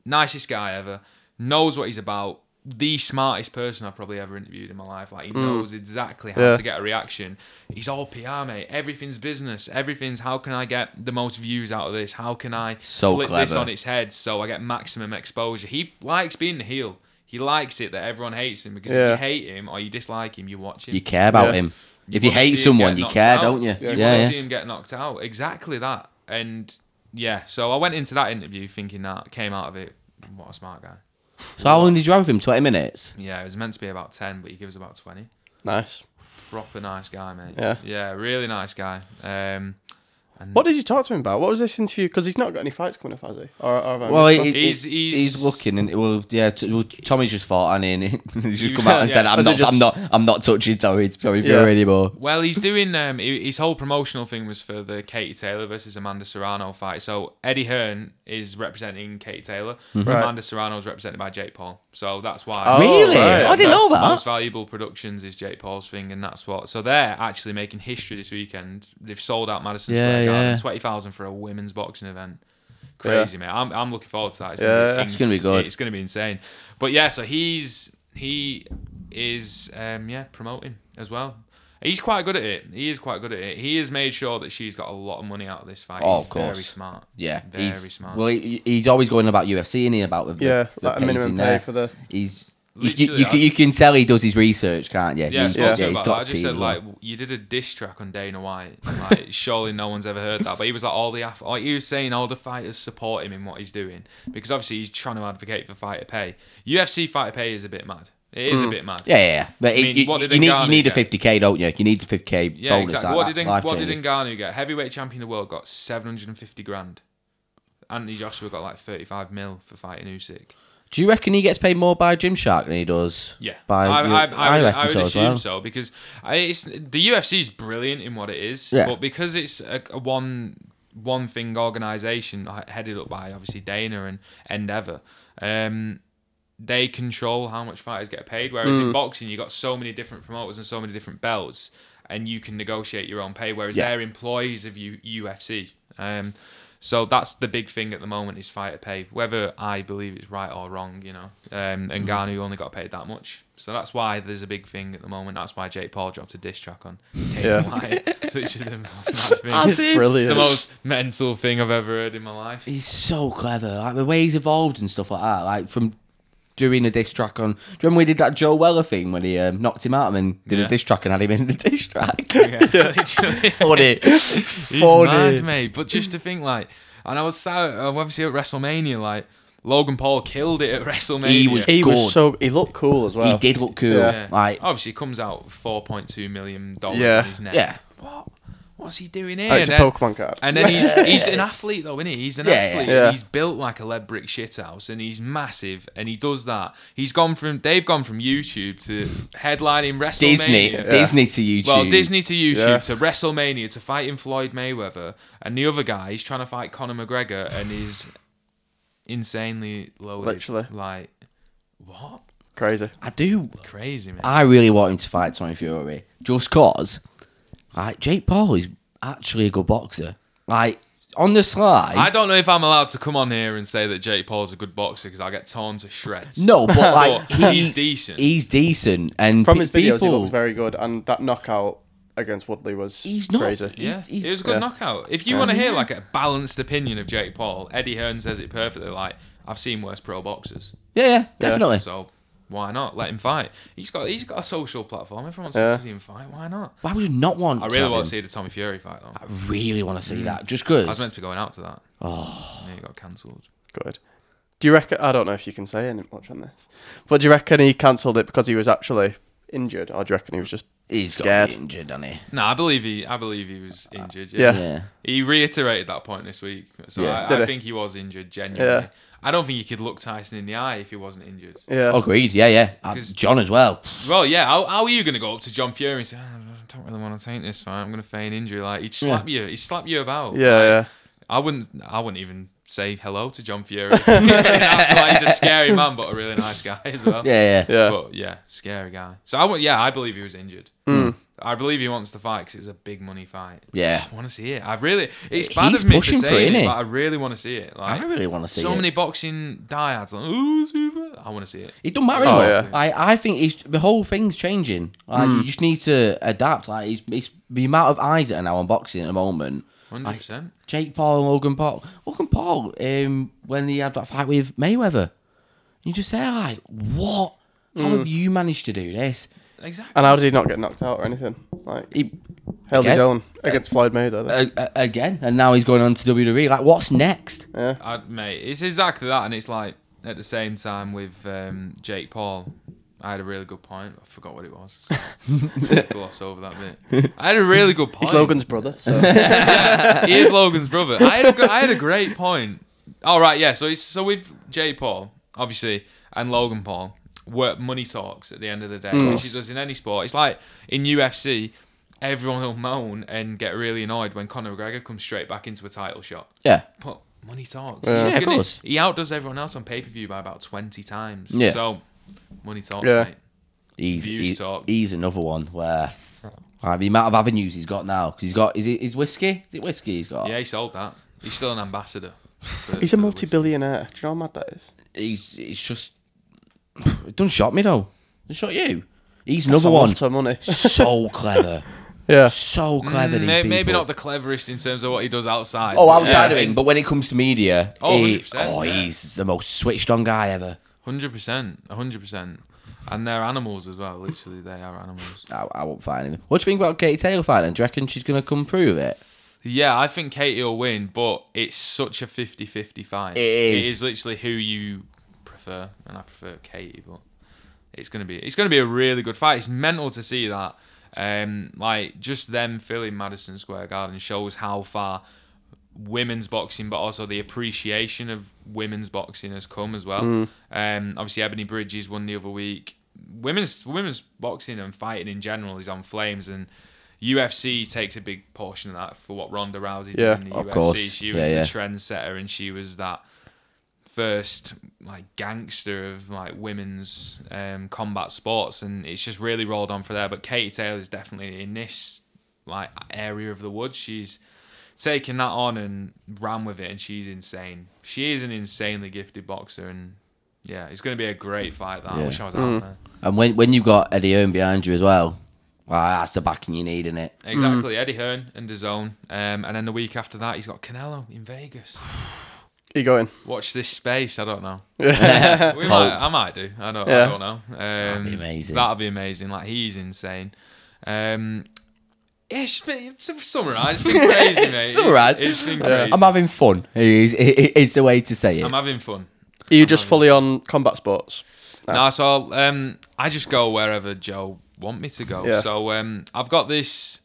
[SPEAKER 3] nicest guy ever, knows what he's about, the smartest person I've probably ever interviewed in my life. Like he knows exactly how
[SPEAKER 1] Yeah.
[SPEAKER 3] to get a reaction. He's all PR, mate. Everything's business. Everything's how can I get the most views out of this? How can I
[SPEAKER 2] So
[SPEAKER 3] flip this
[SPEAKER 2] clever.
[SPEAKER 3] on its head so I get maximum exposure? He likes being the heel. He likes it that everyone hates him because
[SPEAKER 1] Yeah.
[SPEAKER 3] if you hate him or you dislike him, you watch him.
[SPEAKER 2] You care about
[SPEAKER 1] Yeah.
[SPEAKER 2] him.
[SPEAKER 3] You
[SPEAKER 2] if you
[SPEAKER 3] wanna
[SPEAKER 2] hate
[SPEAKER 3] see him get
[SPEAKER 2] someone, you
[SPEAKER 3] knocked
[SPEAKER 2] care,
[SPEAKER 3] out.
[SPEAKER 2] don't you?
[SPEAKER 3] You
[SPEAKER 2] yeah.
[SPEAKER 3] want to
[SPEAKER 2] yeah.
[SPEAKER 3] see him get knocked out. Exactly that. And yeah, so I went into that interview thinking that came out of it. What a smart guy.
[SPEAKER 2] So how long did you have with him? Twenty minutes.
[SPEAKER 3] Yeah, it was meant to be about ten, but he gives about twenty.
[SPEAKER 1] Nice.
[SPEAKER 3] Proper nice guy, mate.
[SPEAKER 1] Yeah.
[SPEAKER 3] Yeah, really nice guy. Um,
[SPEAKER 1] What did you talk to him about? What was this interview? Because he's not got any fights coming up, has he? Or, or have I
[SPEAKER 2] Well,
[SPEAKER 1] missed
[SPEAKER 2] it-
[SPEAKER 1] one?
[SPEAKER 2] it-
[SPEAKER 3] He's-
[SPEAKER 2] it-
[SPEAKER 3] he's-
[SPEAKER 2] he's looking, and it- well, yeah. T- well, Tommy's just fought, and in it, he's just
[SPEAKER 3] He
[SPEAKER 2] come
[SPEAKER 3] was-
[SPEAKER 2] out and
[SPEAKER 3] yeah.
[SPEAKER 2] said, "I'm
[SPEAKER 1] Was it
[SPEAKER 2] not, I'm
[SPEAKER 1] just-
[SPEAKER 2] not, I'm not touching Tommy, Tommy
[SPEAKER 1] Yeah.
[SPEAKER 2] Fury anymore."
[SPEAKER 3] Well, he's doing um, he- his whole promotional thing was for the Katie Taylor versus Amanda Serrano fight. So Eddie Hearn is representing Katie Taylor.
[SPEAKER 2] Mm-hmm.
[SPEAKER 1] Right.
[SPEAKER 3] Amanda Serrano is represented by Jake Paul. So that's why.
[SPEAKER 1] Oh,
[SPEAKER 2] really?
[SPEAKER 1] right.
[SPEAKER 2] I didn't know
[SPEAKER 3] Most-
[SPEAKER 2] that.
[SPEAKER 3] Most valuable productions is Jake Paul's thing, and that's what. So they're actually making history this weekend. They've sold out Madison
[SPEAKER 2] Yeah,
[SPEAKER 3] Square yeah.
[SPEAKER 4] Yeah.
[SPEAKER 3] twenty thousand for a women's boxing event. Crazy, mate. I'm, I'm looking forward to that. It's
[SPEAKER 1] Yeah.
[SPEAKER 3] gonna be,
[SPEAKER 1] It's
[SPEAKER 2] gonna be
[SPEAKER 3] ins-
[SPEAKER 2] good.
[SPEAKER 3] It's gonna be insane. But yeah, so he's he is um, yeah promoting as well. He's quite good at it. He is quite good at it. He has made sure that she's got a lot of money out of this fight.
[SPEAKER 2] Oh,
[SPEAKER 3] He's
[SPEAKER 2] of course.
[SPEAKER 3] Very smart.
[SPEAKER 2] Yeah,
[SPEAKER 3] Very
[SPEAKER 2] he's,
[SPEAKER 3] smart.
[SPEAKER 2] Well, he, he's always going about UFC and he about the, the-
[SPEAKER 1] Yeah,
[SPEAKER 2] the
[SPEAKER 1] like a
[SPEAKER 2] pays
[SPEAKER 1] minimum
[SPEAKER 2] in
[SPEAKER 1] pay
[SPEAKER 2] there.
[SPEAKER 1] for the-
[SPEAKER 2] He's you, you,
[SPEAKER 3] Literally,
[SPEAKER 2] you,
[SPEAKER 3] I-
[SPEAKER 2] can- you can tell he does his research, can't you?
[SPEAKER 3] Yeah, I
[SPEAKER 2] He's-
[SPEAKER 3] spoke to
[SPEAKER 1] yeah,
[SPEAKER 3] him
[SPEAKER 2] he's got
[SPEAKER 3] about that. I just
[SPEAKER 2] team
[SPEAKER 3] said
[SPEAKER 2] as
[SPEAKER 3] like
[SPEAKER 2] well.
[SPEAKER 3] you did a diss track on Dana White. Like surely no one's ever heard that. But he was like all the ath- like he was saying all the fighters support him in what he's doing because obviously he's trying to advocate for fighter pay. UFC fighter pay is a bit mad. It is a bit mad.
[SPEAKER 2] Mm. yeah, yeah, yeah. But it-
[SPEAKER 3] mean,
[SPEAKER 2] you,
[SPEAKER 3] what did
[SPEAKER 2] you need you
[SPEAKER 3] Ngannou
[SPEAKER 2] need a
[SPEAKER 3] get?
[SPEAKER 2] 50k, don't you? You need a 50k
[SPEAKER 3] Yeah,
[SPEAKER 2] bonus.
[SPEAKER 3] exactly.
[SPEAKER 2] like,
[SPEAKER 3] What
[SPEAKER 2] that's
[SPEAKER 3] did,
[SPEAKER 2] life
[SPEAKER 3] what did
[SPEAKER 2] changing.
[SPEAKER 3] Ngannou get? Heavyweight champion of the world got 750 grand. Anthony Joshua got like 35 mil for fighting Usyk.
[SPEAKER 2] Do you reckon he gets paid more by Gymshark than he does?
[SPEAKER 3] Yeah,
[SPEAKER 2] by
[SPEAKER 3] I, I, I, would,
[SPEAKER 2] reckon
[SPEAKER 3] I would
[SPEAKER 2] so as
[SPEAKER 3] assume
[SPEAKER 2] well.
[SPEAKER 3] so because I, it's the UFC is brilliant in what it is,
[SPEAKER 2] Yeah.
[SPEAKER 3] but because it's a, a one one thing organization uh, headed up by obviously Dana and Endeavor, um, they control how much fighters get paid. Whereas in boxing, you got so many different promoters and so many different belts, and you can negotiate your own pay. Whereas
[SPEAKER 2] Yeah.
[SPEAKER 3] they're employees of U- UFC. Um, so that's the big thing at the moment is fighter pay. Whether I believe it's right or wrong, you know. Um, and Garnu only got paid that much, so that's why there's a big thing at the moment. That's why Jake Paul dropped a diss track on.
[SPEAKER 1] Yeah.
[SPEAKER 3] Why? Which is the most mad thing. It's the
[SPEAKER 1] Brilliant.
[SPEAKER 3] most mental thing I've ever heard in my life.
[SPEAKER 2] He's so clever. Like the way he's evolved and stuff like that. Like from doing a diss track on. Do you remember we did that Joe Weller thing when he um, knocked him out and then did
[SPEAKER 3] Yeah.
[SPEAKER 2] a diss track and had him in the diss track?
[SPEAKER 3] Yeah, literally.
[SPEAKER 2] Funny.
[SPEAKER 3] He's
[SPEAKER 2] Funny.
[SPEAKER 3] mad, mate. But just to think, like, and I was sad, uh, obviously at WrestleMania, like, Logan Paul killed it at WrestleMania.
[SPEAKER 2] He was-
[SPEAKER 1] He
[SPEAKER 2] Good.
[SPEAKER 1] was so he looked cool as well.
[SPEAKER 2] He did look cool.
[SPEAKER 1] Yeah.
[SPEAKER 3] Yeah. Oh,
[SPEAKER 2] Like
[SPEAKER 3] obviously, he comes out with $4.2 million
[SPEAKER 1] Yeah.
[SPEAKER 3] on his neck.
[SPEAKER 2] Yeah.
[SPEAKER 3] What? What's he doing here?
[SPEAKER 1] Oh, it's a
[SPEAKER 3] Then-
[SPEAKER 1] Pokemon card.
[SPEAKER 3] And then he's he's an athlete though, isn't he? He's an
[SPEAKER 2] Yeah,
[SPEAKER 3] athlete.
[SPEAKER 1] yeah. Yeah.
[SPEAKER 3] He's built like a lead brick shithouse, and he's massive, and he does that. He's gone from they've gone from YouTube to headlining WrestleMania.
[SPEAKER 2] Disney, Disney to YouTube.
[SPEAKER 3] Well, Disney to YouTube
[SPEAKER 1] Yeah.
[SPEAKER 3] to WrestleMania to fighting Floyd Mayweather, and the other guy he's trying to fight Conor McGregor, and he's insanely loaded.
[SPEAKER 1] Literally.
[SPEAKER 3] like what?
[SPEAKER 1] Crazy.
[SPEAKER 2] I do.
[SPEAKER 3] Crazy man.
[SPEAKER 2] I really want him to fight Tommy Fury just cause. Like Jake Paul is actually a good boxer. Like on the slide.
[SPEAKER 3] I don't know if I'm allowed to come on here and say that Jake Paul's a good boxer because I get torn to shreds.
[SPEAKER 2] no, but like
[SPEAKER 3] But
[SPEAKER 2] he's,
[SPEAKER 3] he's decent.
[SPEAKER 2] He's decent, and
[SPEAKER 1] From
[SPEAKER 2] pe-
[SPEAKER 1] his videos, he
[SPEAKER 2] people-
[SPEAKER 1] looks very good, and that knockout against Woodley was
[SPEAKER 2] He's not-
[SPEAKER 1] crazy.
[SPEAKER 2] he's-
[SPEAKER 3] yeah, it was a good
[SPEAKER 1] yeah.
[SPEAKER 3] knockout. If you want to hear like a balanced opinion of Jake Paul, Eddie Hearn says it perfectly. Like I've seen worse pro boxers,
[SPEAKER 2] Yeah, yeah, definitely.
[SPEAKER 3] so why not let him fight? He's got he's got a social platform. Everyone wants
[SPEAKER 1] Yeah.
[SPEAKER 3] to see him fight. Why not?
[SPEAKER 2] Why would you not want?
[SPEAKER 3] I
[SPEAKER 2] to
[SPEAKER 3] really
[SPEAKER 2] have
[SPEAKER 3] want
[SPEAKER 2] him?
[SPEAKER 3] to see the Tommy Fury fight though.
[SPEAKER 2] I really want to
[SPEAKER 1] Mm.
[SPEAKER 2] see that. Just
[SPEAKER 3] I was
[SPEAKER 2] because.
[SPEAKER 3] meant to be going out to that. Oh, yeah, it got cancelled.
[SPEAKER 1] Good. Do you reckon? I don't know if you can say any much on this, but do you reckon he cancelled it because he was actually injured, or do you reckon he was just? e-,
[SPEAKER 2] He's
[SPEAKER 1] Scared.
[SPEAKER 2] got injured, hasn't he?
[SPEAKER 3] No, I believe he. I believe he was injured. Yeah.
[SPEAKER 1] Uh, Yeah.
[SPEAKER 2] Yeah.
[SPEAKER 3] He reiterated that point this week, so
[SPEAKER 2] Yeah.
[SPEAKER 1] Did
[SPEAKER 3] I, I
[SPEAKER 1] he?
[SPEAKER 3] think he was injured genuinely.
[SPEAKER 1] Yeah.
[SPEAKER 3] I don't think he could look Tyson in the eye if he wasn't injured.
[SPEAKER 1] Yeah.
[SPEAKER 2] Agreed. Yeah, yeah. Uh,
[SPEAKER 3] 'Cause-
[SPEAKER 2] John as well.
[SPEAKER 3] Well, yeah. How, how are you going to go up to John Fury and say, "Ah, "I don't really want to take this fight. I'm going to feign injury"? Like he'd slap you. He'd slap you about.
[SPEAKER 1] Yeah,
[SPEAKER 3] Like,
[SPEAKER 1] yeah.
[SPEAKER 3] I wouldn't. I wouldn't even say hello to John Fury. That's like, he's a scary man, but a really nice guy as well.
[SPEAKER 2] Yeah, yeah.
[SPEAKER 1] Yeah.
[SPEAKER 3] But yeah, scary guy. So I would. Yeah, I believe he was injured. I believe he wants to fight because it was a big money fight.
[SPEAKER 2] Hmm. Yeah.
[SPEAKER 3] I want to see it. I really. It's
[SPEAKER 2] He's
[SPEAKER 3] bad of me to
[SPEAKER 2] pushing for it,
[SPEAKER 3] say it,
[SPEAKER 2] innit?
[SPEAKER 3] but I really want to see it. Like
[SPEAKER 2] I really want to see
[SPEAKER 3] so
[SPEAKER 2] it.
[SPEAKER 3] many boxing diehards. Like, Ooh, super. I want to see it.
[SPEAKER 2] It don't matter
[SPEAKER 1] Oh,
[SPEAKER 2] anymore.
[SPEAKER 1] yeah. Hmm.
[SPEAKER 2] Like, I think it's, the whole thing's changing. Like, You just need to adapt. Like it's, it's the amount of eyes that are now on boxing at the moment.
[SPEAKER 3] Hundred percent.
[SPEAKER 2] Jake Paul and Logan Paul. Logan Paul, um, when he had that fight with Mayweather, you just say like, what? How
[SPEAKER 1] Hmm.
[SPEAKER 2] have you managed to do this?
[SPEAKER 3] Exactly.
[SPEAKER 1] And how did he not get knocked out or anything? Like
[SPEAKER 2] He,
[SPEAKER 1] held his
[SPEAKER 2] Again?
[SPEAKER 1] own against Floyd Mayweather. though.
[SPEAKER 2] a- a- again, and now he's going on to WWE. Like, what's next?
[SPEAKER 1] yeah.
[SPEAKER 3] I, mate, it's exactly that, and it's like at the same time with um, Jake Paul. I had a really good point. I forgot what it was. So gloss over that bit. I had a really good
[SPEAKER 2] Uh,
[SPEAKER 3] point.
[SPEAKER 1] He's Logan's brother. So.
[SPEAKER 3] He is Logan's brother. I had a go- I had a great point. All right, yeah. So it's, so with Jake Paul, obviously, and Logan Paul, work money talks at the end of the day,
[SPEAKER 2] Mm.
[SPEAKER 3] which he does in any sport. It's like in UFC, everyone will moan and get really annoyed when Conor McGregor comes straight back into a title shot.
[SPEAKER 2] Yeah.
[SPEAKER 3] But money talks.
[SPEAKER 1] Yeah.
[SPEAKER 3] He's
[SPEAKER 2] Yeah, of
[SPEAKER 3] gonna-
[SPEAKER 2] course.
[SPEAKER 3] He outdoes everyone else on pay per view by about twenty times.
[SPEAKER 2] Yeah.
[SPEAKER 3] So money talks,
[SPEAKER 1] Yeah.
[SPEAKER 3] mate.
[SPEAKER 2] He's
[SPEAKER 3] Views
[SPEAKER 2] he's,
[SPEAKER 3] talk.
[SPEAKER 2] he's another one where Like the amount of avenues he's got now, because he's got is it is whiskey? Is it whiskey he's got?
[SPEAKER 3] Yeah, he sold that. He's still an ambassador. for-
[SPEAKER 1] He's a
[SPEAKER 3] for the
[SPEAKER 1] multi billionaire. Do you know how mad that is?
[SPEAKER 2] He's it's just it done shot me though. It shot you. He's
[SPEAKER 1] That's
[SPEAKER 2] another
[SPEAKER 1] a
[SPEAKER 2] one.
[SPEAKER 1] lot of money.
[SPEAKER 2] so clever.
[SPEAKER 1] Yeah.
[SPEAKER 2] So
[SPEAKER 3] Mm,
[SPEAKER 2] clever. these
[SPEAKER 3] may- maybe
[SPEAKER 2] people.
[SPEAKER 3] not the cleverest in terms of what he does outside.
[SPEAKER 2] Oh,
[SPEAKER 3] but
[SPEAKER 2] outside
[SPEAKER 3] yeah,
[SPEAKER 2] of him, but when it comes to media,
[SPEAKER 3] Oh,
[SPEAKER 2] he,
[SPEAKER 3] 100%,
[SPEAKER 2] oh
[SPEAKER 3] yeah.
[SPEAKER 2] he's the most switched on guy ever.
[SPEAKER 3] hundred percent, hundred percent, and they're animals as well. Literally, they are animals.
[SPEAKER 2] I, I won't fight him. What do you think about Katie Taylor fighting? Do you reckon she's gonna come through with it?
[SPEAKER 3] Yeah, I think Katie will win, but it's such a 50-50 fight.
[SPEAKER 2] It is.
[SPEAKER 3] It is literally who you prefer, and I prefer Katie, but it's gonna be it's gonna be a really good fight. It's mental to see that. Um, like just them filling Madison Square Garden shows how far women's boxing, but also the appreciation of women's boxing has come as well.
[SPEAKER 2] Mm.
[SPEAKER 3] Um, obviously Ebony Bridges won the other week. Women's women's boxing and fighting in general is on flames, and UFC takes a big portion of that for what Ronda Rousey did
[SPEAKER 1] Yeah,
[SPEAKER 3] in the
[SPEAKER 2] of
[SPEAKER 3] UFC.
[SPEAKER 2] course.
[SPEAKER 3] She
[SPEAKER 2] Yeah,
[SPEAKER 3] was
[SPEAKER 2] yeah.
[SPEAKER 3] the trendsetter, and she was that first like gangster of like women's um, combat sports, and it's just really rolled on for there. But Katie Taylor is definitely in this like area of the woods. She's taken that on and ran with it, and she's insane. She is an insanely gifted boxer, and yeah, it's going to be a great fight. That I
[SPEAKER 2] Yeah.
[SPEAKER 3] wish I was out there.
[SPEAKER 2] And when when you got Eddie Earn behind you as well, well that's the backing you need, isn't it?
[SPEAKER 3] Exactly, Eddie Hearn and DAZN, um, and then the week after that, he's got Canelo in Vegas.
[SPEAKER 1] You going?
[SPEAKER 3] Watch this space. I don't know.
[SPEAKER 1] Yeah.
[SPEAKER 3] we
[SPEAKER 2] Hope.
[SPEAKER 3] might, I might do. I don't.
[SPEAKER 1] Yeah.
[SPEAKER 3] I don't know. Um, that'd
[SPEAKER 2] be amazing.
[SPEAKER 3] That'd be amazing. Like he's insane. Um, yeah, it's been, to summarize, it's been crazy, mate.
[SPEAKER 2] It's alright.
[SPEAKER 3] It's been
[SPEAKER 2] Uh,
[SPEAKER 3] crazy.
[SPEAKER 2] I'm having fun. Is is the way to say it?
[SPEAKER 3] I'm having fun.
[SPEAKER 1] Are you
[SPEAKER 2] Oh,
[SPEAKER 1] just fully on combat sports?
[SPEAKER 3] No,
[SPEAKER 1] Ah.
[SPEAKER 3] so um, I just go wherever Joe want me to go.
[SPEAKER 1] Yeah.
[SPEAKER 3] So um, I've got this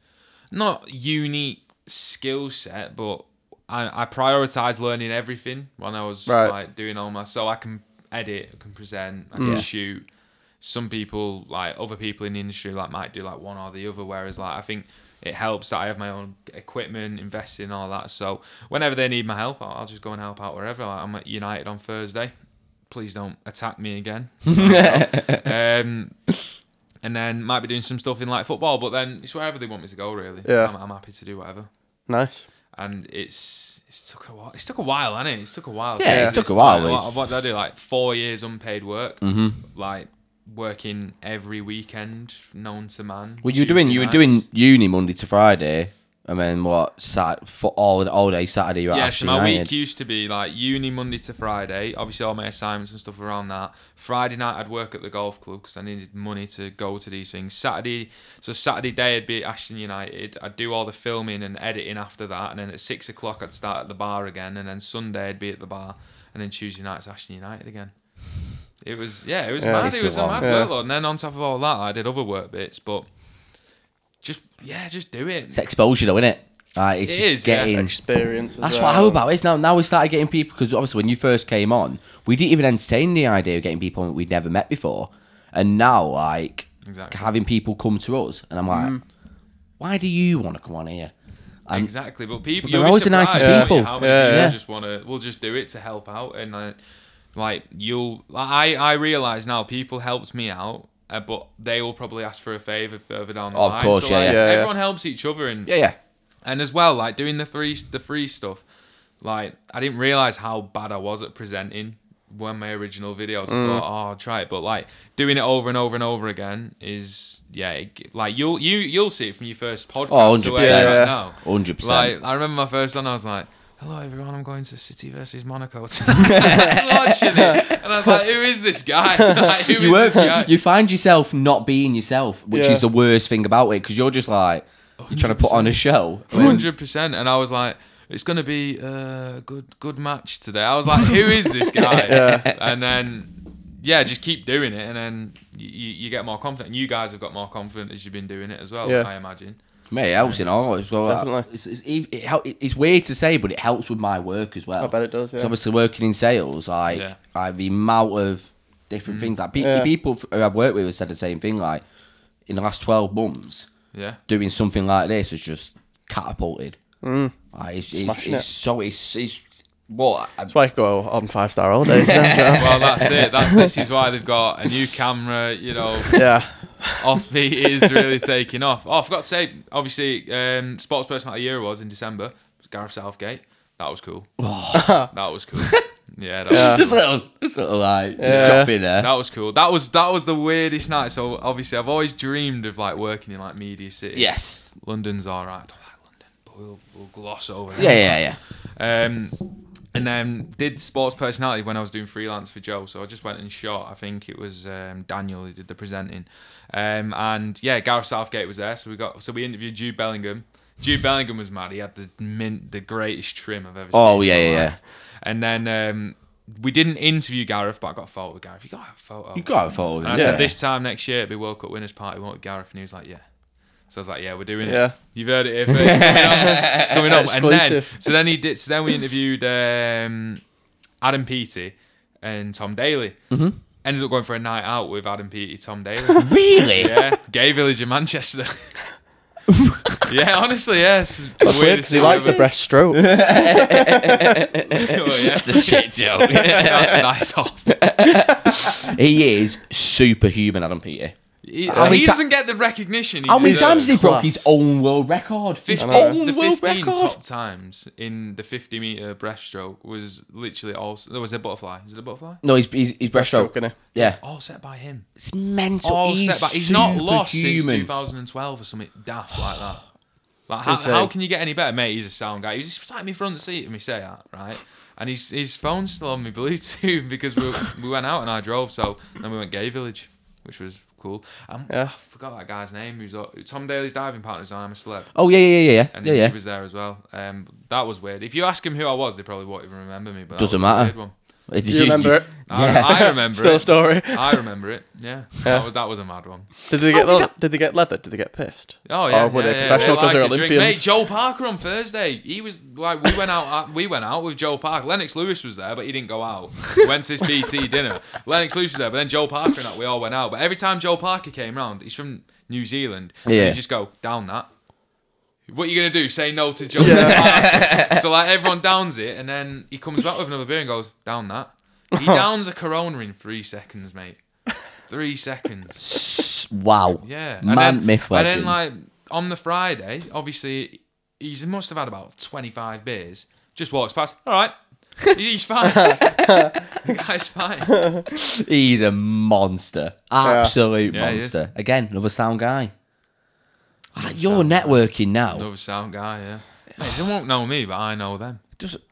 [SPEAKER 3] not unique skill set, but I, I prioritize learning everything when I was
[SPEAKER 1] Right.
[SPEAKER 3] like doing all my. So I can edit, I can present, I can shoot. Some people, like other people in the industry, like might do like one or the other. Whereas, like I think it helps that I have my own equipment, invest in all that. So whenever they need my help, I'll, I'll just go and help out wherever. Like, I'm at United on Thursday. Please don't attack me again. Um, and then might be doing some stuff in like football, but then it's wherever they want me to go. Really,
[SPEAKER 1] Yeah.
[SPEAKER 3] I'm, I'm happy to do whatever.
[SPEAKER 1] Nice.
[SPEAKER 3] And it's it's took a while. It's took a while, hasn't it? It's took a while.
[SPEAKER 2] Yeah,
[SPEAKER 3] It's
[SPEAKER 2] it's took a
[SPEAKER 3] just
[SPEAKER 2] while,
[SPEAKER 3] Like,
[SPEAKER 2] it's-
[SPEAKER 3] what, what did I do? Like four years unpaid work, mm-hmm. like working every weekend, known to man.
[SPEAKER 2] Well, you were doing
[SPEAKER 3] Tuesday
[SPEAKER 2] you were
[SPEAKER 3] nights.
[SPEAKER 2] doing uni Monday to Friday, and then what? Sat for all all day Saturday. You were
[SPEAKER 3] Yeah,
[SPEAKER 2] at Ashton
[SPEAKER 3] so my
[SPEAKER 2] United.
[SPEAKER 3] week used to be like uni Monday to Friday. Obviously, all my assignments and stuff around that. Friday night, I'd work at the golf club because I needed money to go to these things. Saturday, so Saturday day, I'd be at Ashton United. I'd do all the filming and editing after that, and then at six o'clock, I'd start at the bar again, and then Sunday, I'd be at the bar, and then Tuesday night's Ashton United again. It was yeah, it was
[SPEAKER 1] Yeah,
[SPEAKER 3] mad.
[SPEAKER 2] it's
[SPEAKER 3] It was
[SPEAKER 2] so
[SPEAKER 3] a
[SPEAKER 2] long.
[SPEAKER 3] mad
[SPEAKER 1] Yeah.
[SPEAKER 3] workload, and then on top of all that, I did other work bits, but just yeah, just do it.
[SPEAKER 2] It's exposure, though, isn't it? Like, it's
[SPEAKER 3] It
[SPEAKER 2] just
[SPEAKER 3] is, yeah.
[SPEAKER 2] getting.
[SPEAKER 1] Experience. As
[SPEAKER 2] That's
[SPEAKER 1] well.
[SPEAKER 2] what I hope about is now. Now we started getting people because obviously when you first came on, we didn't even entertain the idea of getting people that we'd never met before, and now like
[SPEAKER 3] Exactly. Mm.
[SPEAKER 2] having people come to us, and I'm like, why do you want to come on here? And
[SPEAKER 3] Exactly, but people
[SPEAKER 2] But they're
[SPEAKER 3] you'll be
[SPEAKER 2] always the nicest
[SPEAKER 3] surprised, aren't you,
[SPEAKER 2] people.
[SPEAKER 3] How many
[SPEAKER 1] Yeah,
[SPEAKER 3] people
[SPEAKER 2] yeah.
[SPEAKER 3] just want to? We'll just do it to help out, and uh, like you'll. I I realize now people helped me out, uh, but they will probably ask for a favor further down the
[SPEAKER 2] Of
[SPEAKER 3] line.
[SPEAKER 2] course,
[SPEAKER 3] so,
[SPEAKER 2] yeah,
[SPEAKER 3] like,
[SPEAKER 1] yeah. Yeah, yeah.
[SPEAKER 3] Everyone helps each other, and
[SPEAKER 2] yeah, yeah,
[SPEAKER 3] and as well like doing the free the free stuff like i didn't realize how bad i was at presenting when my original videos i thought oh i'll try it but like doing it over and over and over again is yeah it g- like you'll you you'll see it from your first podcast
[SPEAKER 2] Oh,
[SPEAKER 3] to where you're
[SPEAKER 1] 100%. Yeah.
[SPEAKER 3] at now
[SPEAKER 2] 100%.
[SPEAKER 3] like i remember my first one i was like Hello everyone, I'm going to City versus Monaco tonight. I was watching it, and I was like, "Who is this guy? Like, who is
[SPEAKER 2] you were,
[SPEAKER 3] this guy?"
[SPEAKER 2] you find yourself not being yourself, which
[SPEAKER 1] Yeah.
[SPEAKER 2] is the worst thing about it because you're just like you're trying to put on a show.
[SPEAKER 3] hundred percent. And I was like, it's gonna be a good good match today. I was like, who is this guy? And then yeah, just keep doing it, and then you, you you get more confident. And you guys have got more confident as you've been doing it as well.
[SPEAKER 1] Yeah.
[SPEAKER 3] I imagine.
[SPEAKER 2] Mate, it helps in all as well.
[SPEAKER 1] Definitely.
[SPEAKER 2] It's, it's, ev- it hel- it's weird to say, but it helps with my work as well.
[SPEAKER 1] I bet it does, yeah.
[SPEAKER 2] 'Cause Obviously, working in sales, like,
[SPEAKER 3] Yeah. Mm.
[SPEAKER 2] like the amount of different things. Like, pe-
[SPEAKER 1] Yeah.
[SPEAKER 2] people f- who I've worked with have said the same thing. Like, in the last 12 months,
[SPEAKER 3] Yeah.
[SPEAKER 2] doing something like this has just catapulted. Like, it's, it's,
[SPEAKER 1] Mm. Smashing
[SPEAKER 2] it's
[SPEAKER 1] it.
[SPEAKER 2] so, it's, it's what? I-
[SPEAKER 1] That's why I go on five star holidays. then,
[SPEAKER 3] Well, that's it. That, this is why they've got a new camera. You know,
[SPEAKER 1] yeah.
[SPEAKER 3] offbeat is really taking off. Oh, I forgot to say, obviously, um, Sports Person of the Year was in December. was Gareth Southgate. That was cool. that was cool. Yeah, that was,
[SPEAKER 2] Just a little, just a little like drop in there.
[SPEAKER 3] that was cool. That was that was the weirdest night. So obviously, I've always dreamed of like working in like media city.
[SPEAKER 2] Yes.
[SPEAKER 3] London's all right. I don't like London, but we'll, we'll gloss over. it.
[SPEAKER 2] Yeah, yeah, yeah.
[SPEAKER 3] Um, and then did sports personality when I was doing freelance for Joe. So I just went and shot. I think it was um, Daniel who did the presenting. Um, and yeah, Gareth Southgate was there. So we got so we interviewed Jude Bellingham. Jude Bellingham was mad. He had the mint, the greatest trim I've ever
[SPEAKER 2] Oh,
[SPEAKER 3] seen. in
[SPEAKER 2] yeah,
[SPEAKER 3] my
[SPEAKER 2] yeah,
[SPEAKER 3] life. And then um, we didn't interview Gareth, but I got a photo with Gareth. You got a photo.
[SPEAKER 2] You got a photo.
[SPEAKER 3] And I
[SPEAKER 2] Yeah.
[SPEAKER 3] said, this time next year, it'll be World Cup winners party, won't it, Gareth? And he was like, yeah. So I was like, yeah, we're doing
[SPEAKER 1] Yeah.
[SPEAKER 3] it. You've heard it here first. It's coming up. It's coming up. And then,
[SPEAKER 1] Exclusive.
[SPEAKER 3] so then he did. So then we interviewed um, Adam Peaty and Tom Daly. Mm-hmm. Ended up going for a night out with Adam Peaty, Tom Daly.
[SPEAKER 2] really?
[SPEAKER 3] yeah, gay village in Manchester. yeah, honestly, yes. Yeah,
[SPEAKER 1] That's weird because he likes the breaststroke.
[SPEAKER 2] That's a shit joke.
[SPEAKER 3] nice off.
[SPEAKER 2] he is superhuman, Adam Peter.
[SPEAKER 3] He,
[SPEAKER 2] How many
[SPEAKER 3] he
[SPEAKER 2] ti-
[SPEAKER 3] doesn't get the recognition. He
[SPEAKER 2] How many
[SPEAKER 3] deserves.
[SPEAKER 2] times has he broke his
[SPEAKER 1] Class.
[SPEAKER 2] own world record? His
[SPEAKER 3] 15,
[SPEAKER 2] own
[SPEAKER 3] the
[SPEAKER 2] Oh, world
[SPEAKER 3] 15
[SPEAKER 2] record.
[SPEAKER 3] top times in the 50 meter breaststroke was literally all. There was a butterfly. Is it a butterfly?
[SPEAKER 2] No, he's, he's, he's breaststroke.
[SPEAKER 1] Breaststroke, innit?
[SPEAKER 2] Yeah.
[SPEAKER 3] All set by him.
[SPEAKER 2] It's mental.
[SPEAKER 3] All
[SPEAKER 2] he's
[SPEAKER 3] Oh, set by. He's not lost since
[SPEAKER 2] superhuman.
[SPEAKER 3] 2012 or something daft like that. Like how,
[SPEAKER 1] Insane.
[SPEAKER 3] how can you get any better, mate? He's a sound guy. He was just sat in my front seat and me say that right. And his his phone's still on me Bluetooth because we we went out and I drove. So then we went Gay Village, which was cool. Um,
[SPEAKER 1] Yeah.
[SPEAKER 3] I forgot that guy's name. Who's Tom Daly's diving partner's on I'm a celeb.
[SPEAKER 2] Oh yeah, yeah, yeah, yeah,
[SPEAKER 3] and
[SPEAKER 2] yeah,
[SPEAKER 3] he,
[SPEAKER 2] yeah.
[SPEAKER 3] he was there as well. Um, that was weird. If you ask him who I was, they probably won't even remember me. But that
[SPEAKER 2] Doesn't
[SPEAKER 3] was a
[SPEAKER 2] matter.
[SPEAKER 3] weird one.
[SPEAKER 2] If
[SPEAKER 1] Do you remember it?
[SPEAKER 3] I,
[SPEAKER 2] Yeah.
[SPEAKER 3] I remember
[SPEAKER 1] Still
[SPEAKER 3] it.
[SPEAKER 1] a story.
[SPEAKER 3] I Oh, remember it. Yeah, That, was, that was a mad one.
[SPEAKER 1] Did they get le- did they get leather? Did they get pissed?
[SPEAKER 3] Oh yeah,
[SPEAKER 1] Or were
[SPEAKER 3] yeah,
[SPEAKER 1] they
[SPEAKER 3] yeah,
[SPEAKER 1] professional because
[SPEAKER 3] yeah, like
[SPEAKER 1] they're
[SPEAKER 3] a drink.
[SPEAKER 1] Olympians?
[SPEAKER 3] Mate, Joe Parker on Thursday. He was like, we went out. uh, We went out with Joe Parker. Lennox Lewis was there, but he didn't go out. went to his BT dinner. Lennox Lewis was there, but then Joe Parker and that we all went out. But every time Joe Parker came round, he's from New Zealand.
[SPEAKER 2] Yeah.
[SPEAKER 3] you just go down that. What you gonna do? Say no to Joe Parker? so like everyone downs it, and then he comes back with another beer and goes down that. He downs a Corona in three seconds, mate. Three seconds.
[SPEAKER 2] Wow.
[SPEAKER 3] Yeah, and
[SPEAKER 2] Man,
[SPEAKER 3] then,
[SPEAKER 2] myth legend.
[SPEAKER 3] And then like on the Friday, obviously he must have had about twenty five beers. Just walks past. All right, he's fine. the guy's fine.
[SPEAKER 2] He's a monster. Absolute
[SPEAKER 3] Yeah, he is.
[SPEAKER 2] monster. Again, another sound guy. Ah, You're
[SPEAKER 3] sound guy.
[SPEAKER 2] networking now.
[SPEAKER 3] Another sound guy. Yeah, Mate, they won't know me, but I know them.
[SPEAKER 2] Doesn't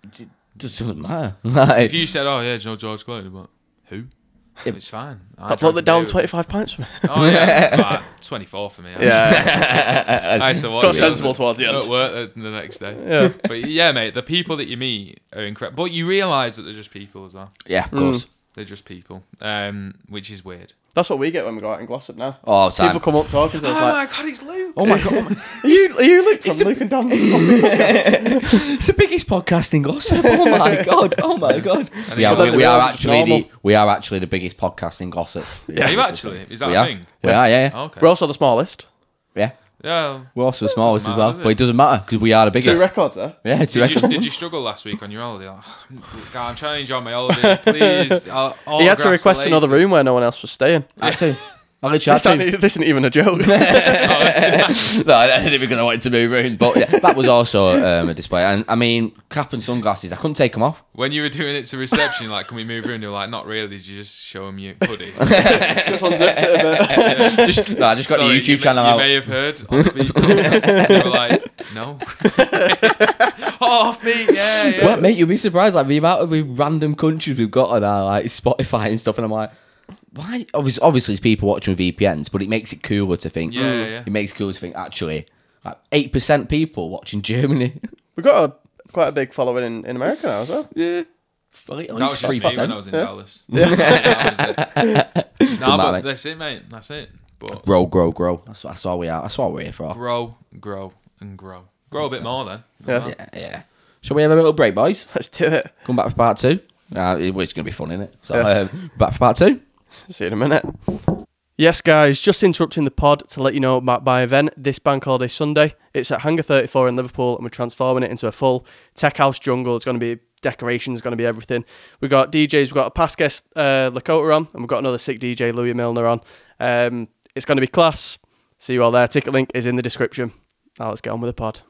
[SPEAKER 2] just doesn't matter. Like,
[SPEAKER 3] If you said, "Oh yeah, do you know George Clooney," but who?
[SPEAKER 2] It-
[SPEAKER 3] It's fine. I
[SPEAKER 1] That
[SPEAKER 3] tried
[SPEAKER 1] bloke
[SPEAKER 3] to
[SPEAKER 1] that down
[SPEAKER 3] do it.
[SPEAKER 1] twenty five pints from.
[SPEAKER 3] Oh yeah, But twenty four for me.
[SPEAKER 1] Yeah,
[SPEAKER 3] I had to watch
[SPEAKER 1] got
[SPEAKER 3] it.
[SPEAKER 1] sensible towards the
[SPEAKER 3] at
[SPEAKER 1] end.
[SPEAKER 3] work the the next day.
[SPEAKER 1] Yeah.
[SPEAKER 3] But yeah, mate, the people that you meet are incredible. But you realise that they're just people as well.
[SPEAKER 2] yeah, of course.
[SPEAKER 3] They're just people, um, which is weird.
[SPEAKER 1] That's what we get when we go out in Glossop now.
[SPEAKER 2] Oh, time.
[SPEAKER 1] People come up talking
[SPEAKER 3] Oh,
[SPEAKER 1] to us like,
[SPEAKER 3] god, it's Luke!
[SPEAKER 2] oh my god, oh my-
[SPEAKER 1] "Are you, are you Luke from Luke and Dan?"
[SPEAKER 2] it's the biggest podcast in gossip. Oh my god, oh my god. Yeah,
[SPEAKER 3] you-
[SPEAKER 2] we, we
[SPEAKER 1] They're
[SPEAKER 2] are
[SPEAKER 1] all just
[SPEAKER 2] actually the,
[SPEAKER 1] normal.
[SPEAKER 2] we are actually the biggest podcast in gossip.
[SPEAKER 3] Are you actually? Is that
[SPEAKER 2] we
[SPEAKER 3] a
[SPEAKER 2] are.
[SPEAKER 3] thing?
[SPEAKER 2] We are, yeah, yeah.
[SPEAKER 3] Oh, okay.
[SPEAKER 1] We're also the smallest.
[SPEAKER 2] yeah.
[SPEAKER 3] yeah.
[SPEAKER 2] We're also the smallest as
[SPEAKER 3] matter,
[SPEAKER 2] well,
[SPEAKER 3] does it?
[SPEAKER 2] but it doesn't matter because we are the
[SPEAKER 1] Two
[SPEAKER 2] biggest.
[SPEAKER 1] records there.
[SPEAKER 2] yeah, it's
[SPEAKER 3] Did you,
[SPEAKER 2] record.
[SPEAKER 3] did you struggle last week on your holiday? Like, God, I'm trying to enjoy my holiday, please. I'll,
[SPEAKER 1] He had to
[SPEAKER 3] autographs
[SPEAKER 1] request
[SPEAKER 3] later. Ah.
[SPEAKER 1] another room where no one else was staying.
[SPEAKER 2] I had to. I literally had
[SPEAKER 1] This
[SPEAKER 2] to.
[SPEAKER 1] ain't, this isn't even a joke.
[SPEAKER 2] no, I didn't because I wanted to move around. But yeah, that was also um, a display. And I mean, cap and sunglasses, I couldn't take them off.
[SPEAKER 3] When you were doing it to reception, like, can we move around? You're like, not really. Did you just show him your hoodie?
[SPEAKER 1] Just unzipped it a bit.
[SPEAKER 2] Just, no, I just got
[SPEAKER 3] Sorry,
[SPEAKER 2] the YouTube
[SPEAKER 3] you may-
[SPEAKER 2] channel
[SPEAKER 3] you
[SPEAKER 2] out.
[SPEAKER 3] may have heard. Offbeat podcast. they were like, no. oh, offbeat, yeah, yeah.
[SPEAKER 2] Well, mate, you'll be surprised. Like the amount of random countries we've got on our like Spotify and stuff, and I'm like, why? Obviously, obviously, it's people watching with VPNs, but it makes it cooler to think.
[SPEAKER 3] Yeah, yeah, yeah.
[SPEAKER 2] It makes it cooler to think. Actually, like eight percent people watching Germany.
[SPEAKER 1] We've got a, quite a big following in, in America now as well.
[SPEAKER 2] yeah,
[SPEAKER 3] That was just me when I was in Dallas. That was it.
[SPEAKER 2] Good
[SPEAKER 3] nah,
[SPEAKER 2] man, mate.
[SPEAKER 3] but that's it, mate. That's it. But
[SPEAKER 2] Grow, grow, grow. That's that's all we are. That's what we're here for.
[SPEAKER 3] grow, grow, and grow. Grow a bit more then.
[SPEAKER 1] Yeah.
[SPEAKER 2] Yeah, yeah. Shall we have a little break, boys?
[SPEAKER 1] Let's do it.
[SPEAKER 2] Come back for part two. Uh, it- well, it's going to be fun, isn't it? So,
[SPEAKER 1] Yeah.
[SPEAKER 2] um, back for part two.
[SPEAKER 1] See you in a minute. Yes, guys, just interrupting the pod to let you know about my event this Bank Holiday Sunday. It's at Hangar 34 in Liverpool, and we're transforming it into a full tech house jungle. It's going to be decorations, going to be everything. We've got DJs, we've got a past guest, uh, Lakota, on, and we've got another sick DJ, Louis Milner, on. Um, It's going to be class. See you all there. Ticket link is in the description. Now let's get on with the pod.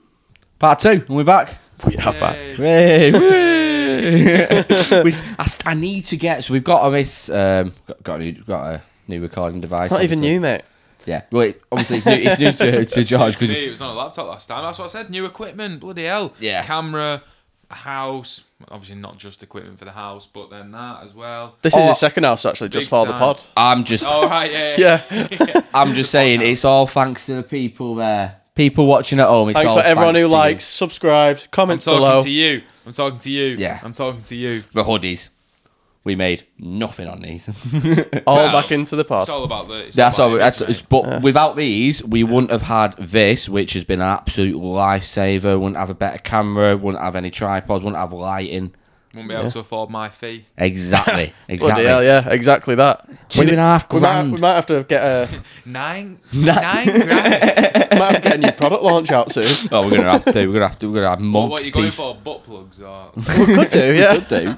[SPEAKER 2] Part two, and we're back.
[SPEAKER 1] We are back.
[SPEAKER 3] Yay.
[SPEAKER 2] Hey, whey. we, s- I, st- I need to get. So we've got a this. Um, got, got a new, got a new recording device.
[SPEAKER 1] It's not even
[SPEAKER 2] obviously.
[SPEAKER 1] new, mate.
[SPEAKER 2] Yeah. Well, it, obviously it's new. It's new to, to George because
[SPEAKER 3] Me, it was on a laptop last time. That's what I said. New equipment, bloody hell.
[SPEAKER 2] Yeah.
[SPEAKER 3] Camera, a house. Obviously, not just equipment for the house, but then that as well.
[SPEAKER 1] This is
[SPEAKER 2] Oh,
[SPEAKER 1] his second house actually, just
[SPEAKER 3] big
[SPEAKER 1] for the
[SPEAKER 3] time.
[SPEAKER 1] pod.
[SPEAKER 2] I'm just.
[SPEAKER 3] All right, yeah.
[SPEAKER 1] Yeah.
[SPEAKER 2] I'm just saying, it's all thanks to the people there. People watching at home. It's
[SPEAKER 1] Thanks
[SPEAKER 2] all
[SPEAKER 1] for everyone
[SPEAKER 2] thanks
[SPEAKER 1] who
[SPEAKER 2] to you.
[SPEAKER 1] likes, subscribes,
[SPEAKER 3] I'm
[SPEAKER 1] comments
[SPEAKER 3] talking
[SPEAKER 1] below.
[SPEAKER 3] to you. I'm talking to you.
[SPEAKER 2] Yeah.
[SPEAKER 3] I'm talking to you.
[SPEAKER 2] the hoodies. We made nothing on these.
[SPEAKER 1] All
[SPEAKER 3] Wow.
[SPEAKER 1] back into the pod.
[SPEAKER 3] It's all about the. It's
[SPEAKER 2] that's
[SPEAKER 3] all
[SPEAKER 2] all.
[SPEAKER 3] about
[SPEAKER 2] That's
[SPEAKER 3] it,
[SPEAKER 2] it's,
[SPEAKER 3] isn't
[SPEAKER 2] but without these, we wouldn't have had this, which has been an absolute lifesaver. Wouldn't have a better camera. Wouldn't have any tripods. Wouldn't have lighting.
[SPEAKER 3] it? Won't be able to afford my fee.
[SPEAKER 2] Exactly.
[SPEAKER 1] Bloody
[SPEAKER 2] Exactly.
[SPEAKER 1] hell, yeah, exactly that.
[SPEAKER 2] Two and a half
[SPEAKER 1] We might, we
[SPEAKER 2] grand.
[SPEAKER 1] might have to get a
[SPEAKER 3] Nine,
[SPEAKER 2] Nine-
[SPEAKER 3] nine grand.
[SPEAKER 1] might have to get a new product launch out soon.
[SPEAKER 2] Oh, we're gonna have to. We're gonna have to. We're gonna have mugs.
[SPEAKER 3] what are you going
[SPEAKER 2] Steve.
[SPEAKER 3] for? Butt plugs or?
[SPEAKER 1] We could do, yeah.
[SPEAKER 2] Could do.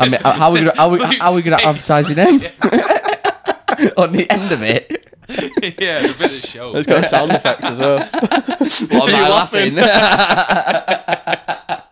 [SPEAKER 2] I mean, how are we gonna? How are we, how are we gonna advertise your name on the end of it?
[SPEAKER 3] yeah, the bit of show.
[SPEAKER 1] It's got a sound effect as well.
[SPEAKER 2] What
[SPEAKER 1] Are
[SPEAKER 2] am I
[SPEAKER 1] you
[SPEAKER 2] laughing?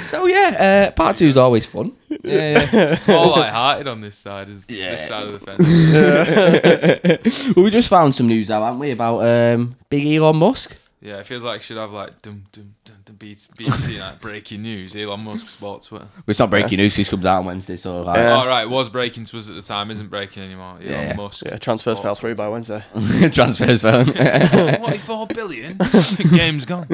[SPEAKER 2] so yeah, uh, part two is always fun. Yeah, yeah.
[SPEAKER 3] All light-hearted on this side is
[SPEAKER 2] Yeah.
[SPEAKER 3] this side of the fence.
[SPEAKER 2] well, we just found some news out, haven't we, about um, Big Elon Musk?
[SPEAKER 3] Yeah, it feels like it should have like dum dum dum dum beats BBC like breaking news. Elon Musk sports Twitter.
[SPEAKER 2] Well, It's not breaking news. 'cause This comes out on Wednesday, so like,
[SPEAKER 1] Yeah.
[SPEAKER 3] All right, was breaking to us at the time, isn't breaking anymore. Elon
[SPEAKER 2] Yeah.
[SPEAKER 3] Musk.
[SPEAKER 1] Yeah, transfers
[SPEAKER 3] Oh,
[SPEAKER 1] fell through by Wednesday.
[SPEAKER 2] transfers phone.
[SPEAKER 3] Forty-four billion. Game's gone.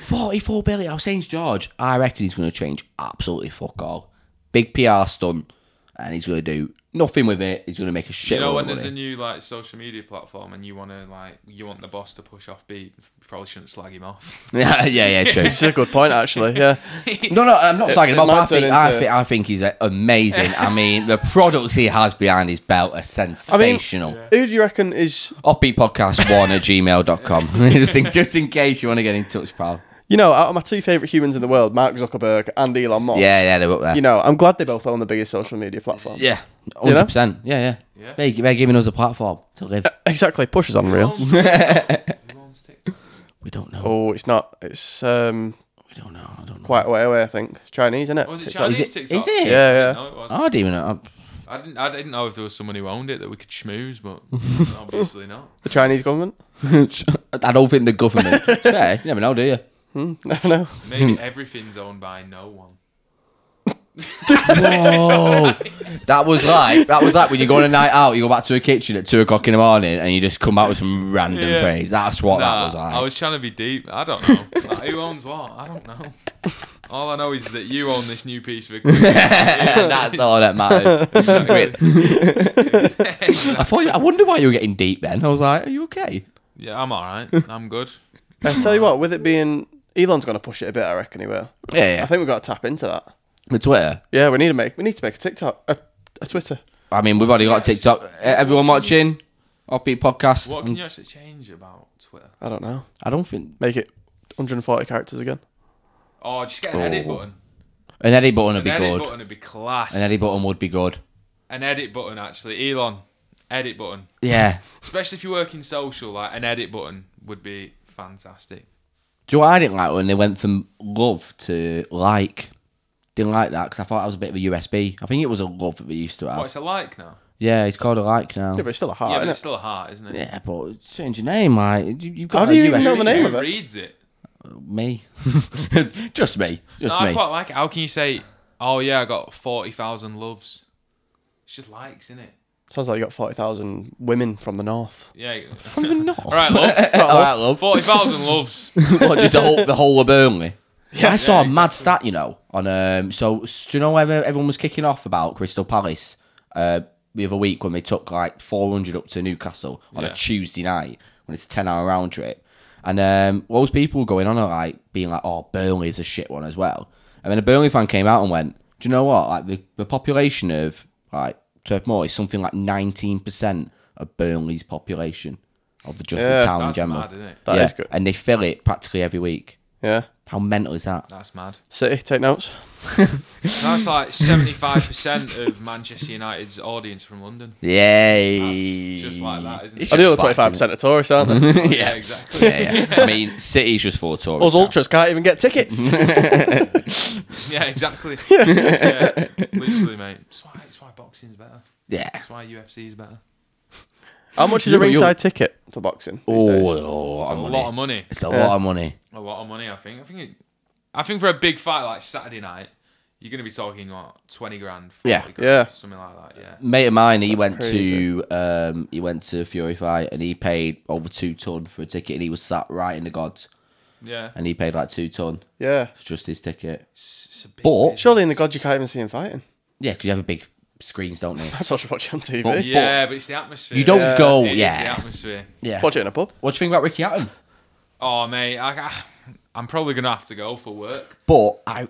[SPEAKER 2] Forty-four billion. I was saying to George, I reckon he's going to change absolutely fuck all. Big PR stunt, and he's going to do nothing with it. He's going to make a shit.
[SPEAKER 3] You know
[SPEAKER 2] load
[SPEAKER 3] when
[SPEAKER 2] of
[SPEAKER 3] there's a
[SPEAKER 2] money.
[SPEAKER 3] new like social media platform and you want to like you want the boss to push off beat, you probably shouldn't slag him off.
[SPEAKER 2] yeah, yeah, yeah, true.
[SPEAKER 1] It's a good point, actually. Yeah,
[SPEAKER 2] No, no, I'm not
[SPEAKER 1] it
[SPEAKER 2] slagging him off.
[SPEAKER 1] might
[SPEAKER 2] I think,
[SPEAKER 1] turn
[SPEAKER 2] I
[SPEAKER 1] into-
[SPEAKER 2] think, I think he's uh, amazing. I mean, the products he has behind his belt are sensational.
[SPEAKER 1] who do you reckon is?
[SPEAKER 2] Offbeatpodcast1 at gmail.com. just, in, just in case you want to get in touch, pal.
[SPEAKER 1] You know, out of my two favorite humans in the world, Mark Zuckerberg and Elon Musk.
[SPEAKER 2] Yeah, yeah, they're up there.
[SPEAKER 1] You know, I'm glad they both own the biggest social media platform.
[SPEAKER 2] yeah,
[SPEAKER 1] You know?
[SPEAKER 2] 100%. Yeah, yeah.
[SPEAKER 3] Yeah.
[SPEAKER 2] They, they're giving us a platform to
[SPEAKER 1] Uh,
[SPEAKER 2] live.
[SPEAKER 1] Exactly. Push us on reels.
[SPEAKER 3] Who owns TikTok?
[SPEAKER 2] We don't know.
[SPEAKER 1] Oh, it's not. It's um
[SPEAKER 2] We don't know. I don't know.
[SPEAKER 1] quite a way away. I think it's Chinese, isn't it?
[SPEAKER 3] Was it
[SPEAKER 1] TikTok.
[SPEAKER 3] Chinese
[SPEAKER 2] Is it-
[SPEAKER 3] TikTok?
[SPEAKER 2] is it?
[SPEAKER 1] Yeah, yeah.
[SPEAKER 3] No, it was.
[SPEAKER 2] I don't even know.
[SPEAKER 3] I didn't. I didn't know if there was someone who owned it that we could schmooze, but obviously not.
[SPEAKER 1] The Chinese government.
[SPEAKER 2] I don't think the government. yeah, you never know, do you?
[SPEAKER 1] Never know.
[SPEAKER 3] Maybe everything's owned by no one.
[SPEAKER 2] Whoa. that was like that was like when you go on a night out, you go back to a kitchen at two o'clock in the morning, and you just come out with some random
[SPEAKER 3] Yeah.
[SPEAKER 2] phrase. That's what that
[SPEAKER 3] Nah,
[SPEAKER 2] was like.
[SPEAKER 3] I was trying to be deep. I don't know. Like, who owns what? I don't know. All I know is that you own this new piece of equipment.
[SPEAKER 2] That's all that matters. Wait, I thought you, I wonder why you were getting deep then. I was like, are you okay?
[SPEAKER 3] yeah, I'm all right. I'm good.
[SPEAKER 1] I tell you what, with it being Elon's going to push it a bit, I reckon he will.
[SPEAKER 2] Yeah, yeah.
[SPEAKER 1] I think we've got to tap into that.
[SPEAKER 2] With Twitter.
[SPEAKER 1] Yeah, we need to make we need to make a TikTok, a, a Twitter.
[SPEAKER 2] I mean, we've already got TikTok. Eh, Everyone watching, Offbeat podcast.
[SPEAKER 3] What can you actually change about Twitter?
[SPEAKER 1] I don't know.
[SPEAKER 2] I don't think
[SPEAKER 1] Make it 140 characters again.
[SPEAKER 3] Oh, just get an edit
[SPEAKER 2] Oh,
[SPEAKER 3] button.
[SPEAKER 2] an edit button would
[SPEAKER 3] An
[SPEAKER 2] be
[SPEAKER 3] edit
[SPEAKER 2] good.
[SPEAKER 3] button would be class.
[SPEAKER 2] An edit button would be good.
[SPEAKER 3] An edit button, actually. Elon, edit button.
[SPEAKER 2] Yeah.
[SPEAKER 3] Especially if you work in social, like an edit button would be fantastic.
[SPEAKER 2] Do you know what I didn't like when they went from love to like? Didn't like that because I thought that was a bit of a USB. I think it was a love that we used to have.
[SPEAKER 3] What, it's a like now?
[SPEAKER 2] Yeah, it's called a like now.
[SPEAKER 1] Yeah, but it's still a heart,
[SPEAKER 3] yeah, but
[SPEAKER 1] isn't
[SPEAKER 3] it's
[SPEAKER 1] it?
[SPEAKER 3] still a heart, isn't it?
[SPEAKER 2] Oh, Yeah, but change your name, like you, you've got.
[SPEAKER 1] How
[SPEAKER 2] a
[SPEAKER 1] do you even
[SPEAKER 2] USB.
[SPEAKER 1] know the name
[SPEAKER 3] Who
[SPEAKER 1] of it?
[SPEAKER 3] reads it?
[SPEAKER 2] Me, just me, just
[SPEAKER 3] No, I
[SPEAKER 2] me.
[SPEAKER 3] quite like it. How can you say, oh yeah, I got 40,000 loves? It's just likes, isn't it?
[SPEAKER 1] Sounds like you got 40,000 women from the north.
[SPEAKER 3] Yeah.
[SPEAKER 2] From the north.
[SPEAKER 3] All right, love.
[SPEAKER 2] All right, love.
[SPEAKER 3] 40,000 loves.
[SPEAKER 2] What, just the whole, the whole of Burnley. Yeah, I saw a
[SPEAKER 3] Yeah,
[SPEAKER 2] mad stat, you know, on um. So s- do you know where everyone was kicking off about Crystal Palace uh, the other week when they took like four hundred up to Newcastle on
[SPEAKER 3] Yeah.
[SPEAKER 2] a Tuesday night when it's a ten hour round trip, and um, loads of people were going on like being like, "Oh, Burnley is a shit one as well." And then a Burnley fan came out and went, "Do you know what? Like the, the population of like Turf Moor is something like nineteen percent of Burnley's population of the just
[SPEAKER 1] Yeah,
[SPEAKER 2] the town in
[SPEAKER 3] That's
[SPEAKER 2] general."
[SPEAKER 3] mad, isn't it?
[SPEAKER 1] That is
[SPEAKER 2] yeah,
[SPEAKER 1] good.
[SPEAKER 2] And they fill it practically every week.
[SPEAKER 1] Yeah.
[SPEAKER 2] How mental is that?
[SPEAKER 3] That's mad.
[SPEAKER 1] City, take notes.
[SPEAKER 3] That's like seventy-five percent of Manchester United's audience from London.
[SPEAKER 2] Yay!
[SPEAKER 3] That's just like that, isn't it?
[SPEAKER 2] It's
[SPEAKER 1] I do
[SPEAKER 2] just
[SPEAKER 1] the twenty five
[SPEAKER 2] facts, isn't
[SPEAKER 1] percent of tourists, aren't they?
[SPEAKER 2] it?
[SPEAKER 3] Oh, Yeah,
[SPEAKER 2] yeah.
[SPEAKER 3] exactly.
[SPEAKER 2] yeah, yeah. I mean, City's just for tourists.
[SPEAKER 1] Us
[SPEAKER 2] now.
[SPEAKER 1] ultras can't even get tickets.
[SPEAKER 3] Yeah, exactly. yeah, literally, mate. That's why, it's why boxing's better.
[SPEAKER 2] Yeah.
[SPEAKER 3] That's why UFC is better.
[SPEAKER 1] How much is
[SPEAKER 2] You-
[SPEAKER 1] a ringside ticket for boxing? These
[SPEAKER 2] Oh,
[SPEAKER 1] days?
[SPEAKER 2] a lot
[SPEAKER 3] It's a
[SPEAKER 2] of money.
[SPEAKER 3] lot of money.
[SPEAKER 2] It's a
[SPEAKER 1] Yeah.
[SPEAKER 2] lot of money.
[SPEAKER 3] A lot of money, I think. I think it, I think for a big fight like Saturday night, you're going to be talking what twenty grand, 40
[SPEAKER 2] Yeah,
[SPEAKER 3] grand,
[SPEAKER 1] yeah.
[SPEAKER 3] something like that. Yeah,
[SPEAKER 2] Mate of mine, he went
[SPEAKER 1] crazy.
[SPEAKER 2] to um, he went to Fury Fight and he paid over two ton for a ticket and he was sat right in the gods
[SPEAKER 3] yeah.
[SPEAKER 2] and he paid like two ton
[SPEAKER 1] Yeah.
[SPEAKER 2] for just his ticket.
[SPEAKER 3] It's, it's a big
[SPEAKER 2] But-
[SPEAKER 3] business.
[SPEAKER 1] Surely in the God you can't even see him fighting.
[SPEAKER 2] Yeah, because you have a big screens, don't you?
[SPEAKER 1] That's what you watch on TV.
[SPEAKER 2] But-
[SPEAKER 3] yeah, but it's the atmosphere.
[SPEAKER 2] You don't
[SPEAKER 1] Yeah.
[SPEAKER 2] go,
[SPEAKER 3] It is the
[SPEAKER 2] yeah,
[SPEAKER 3] atmosphere.
[SPEAKER 2] yeah. What
[SPEAKER 1] Watch it in a pub.
[SPEAKER 2] do you think about Ricky Hatton?
[SPEAKER 3] Oh, mate, I, I, I'm probably going to have to go for work.
[SPEAKER 2] But I,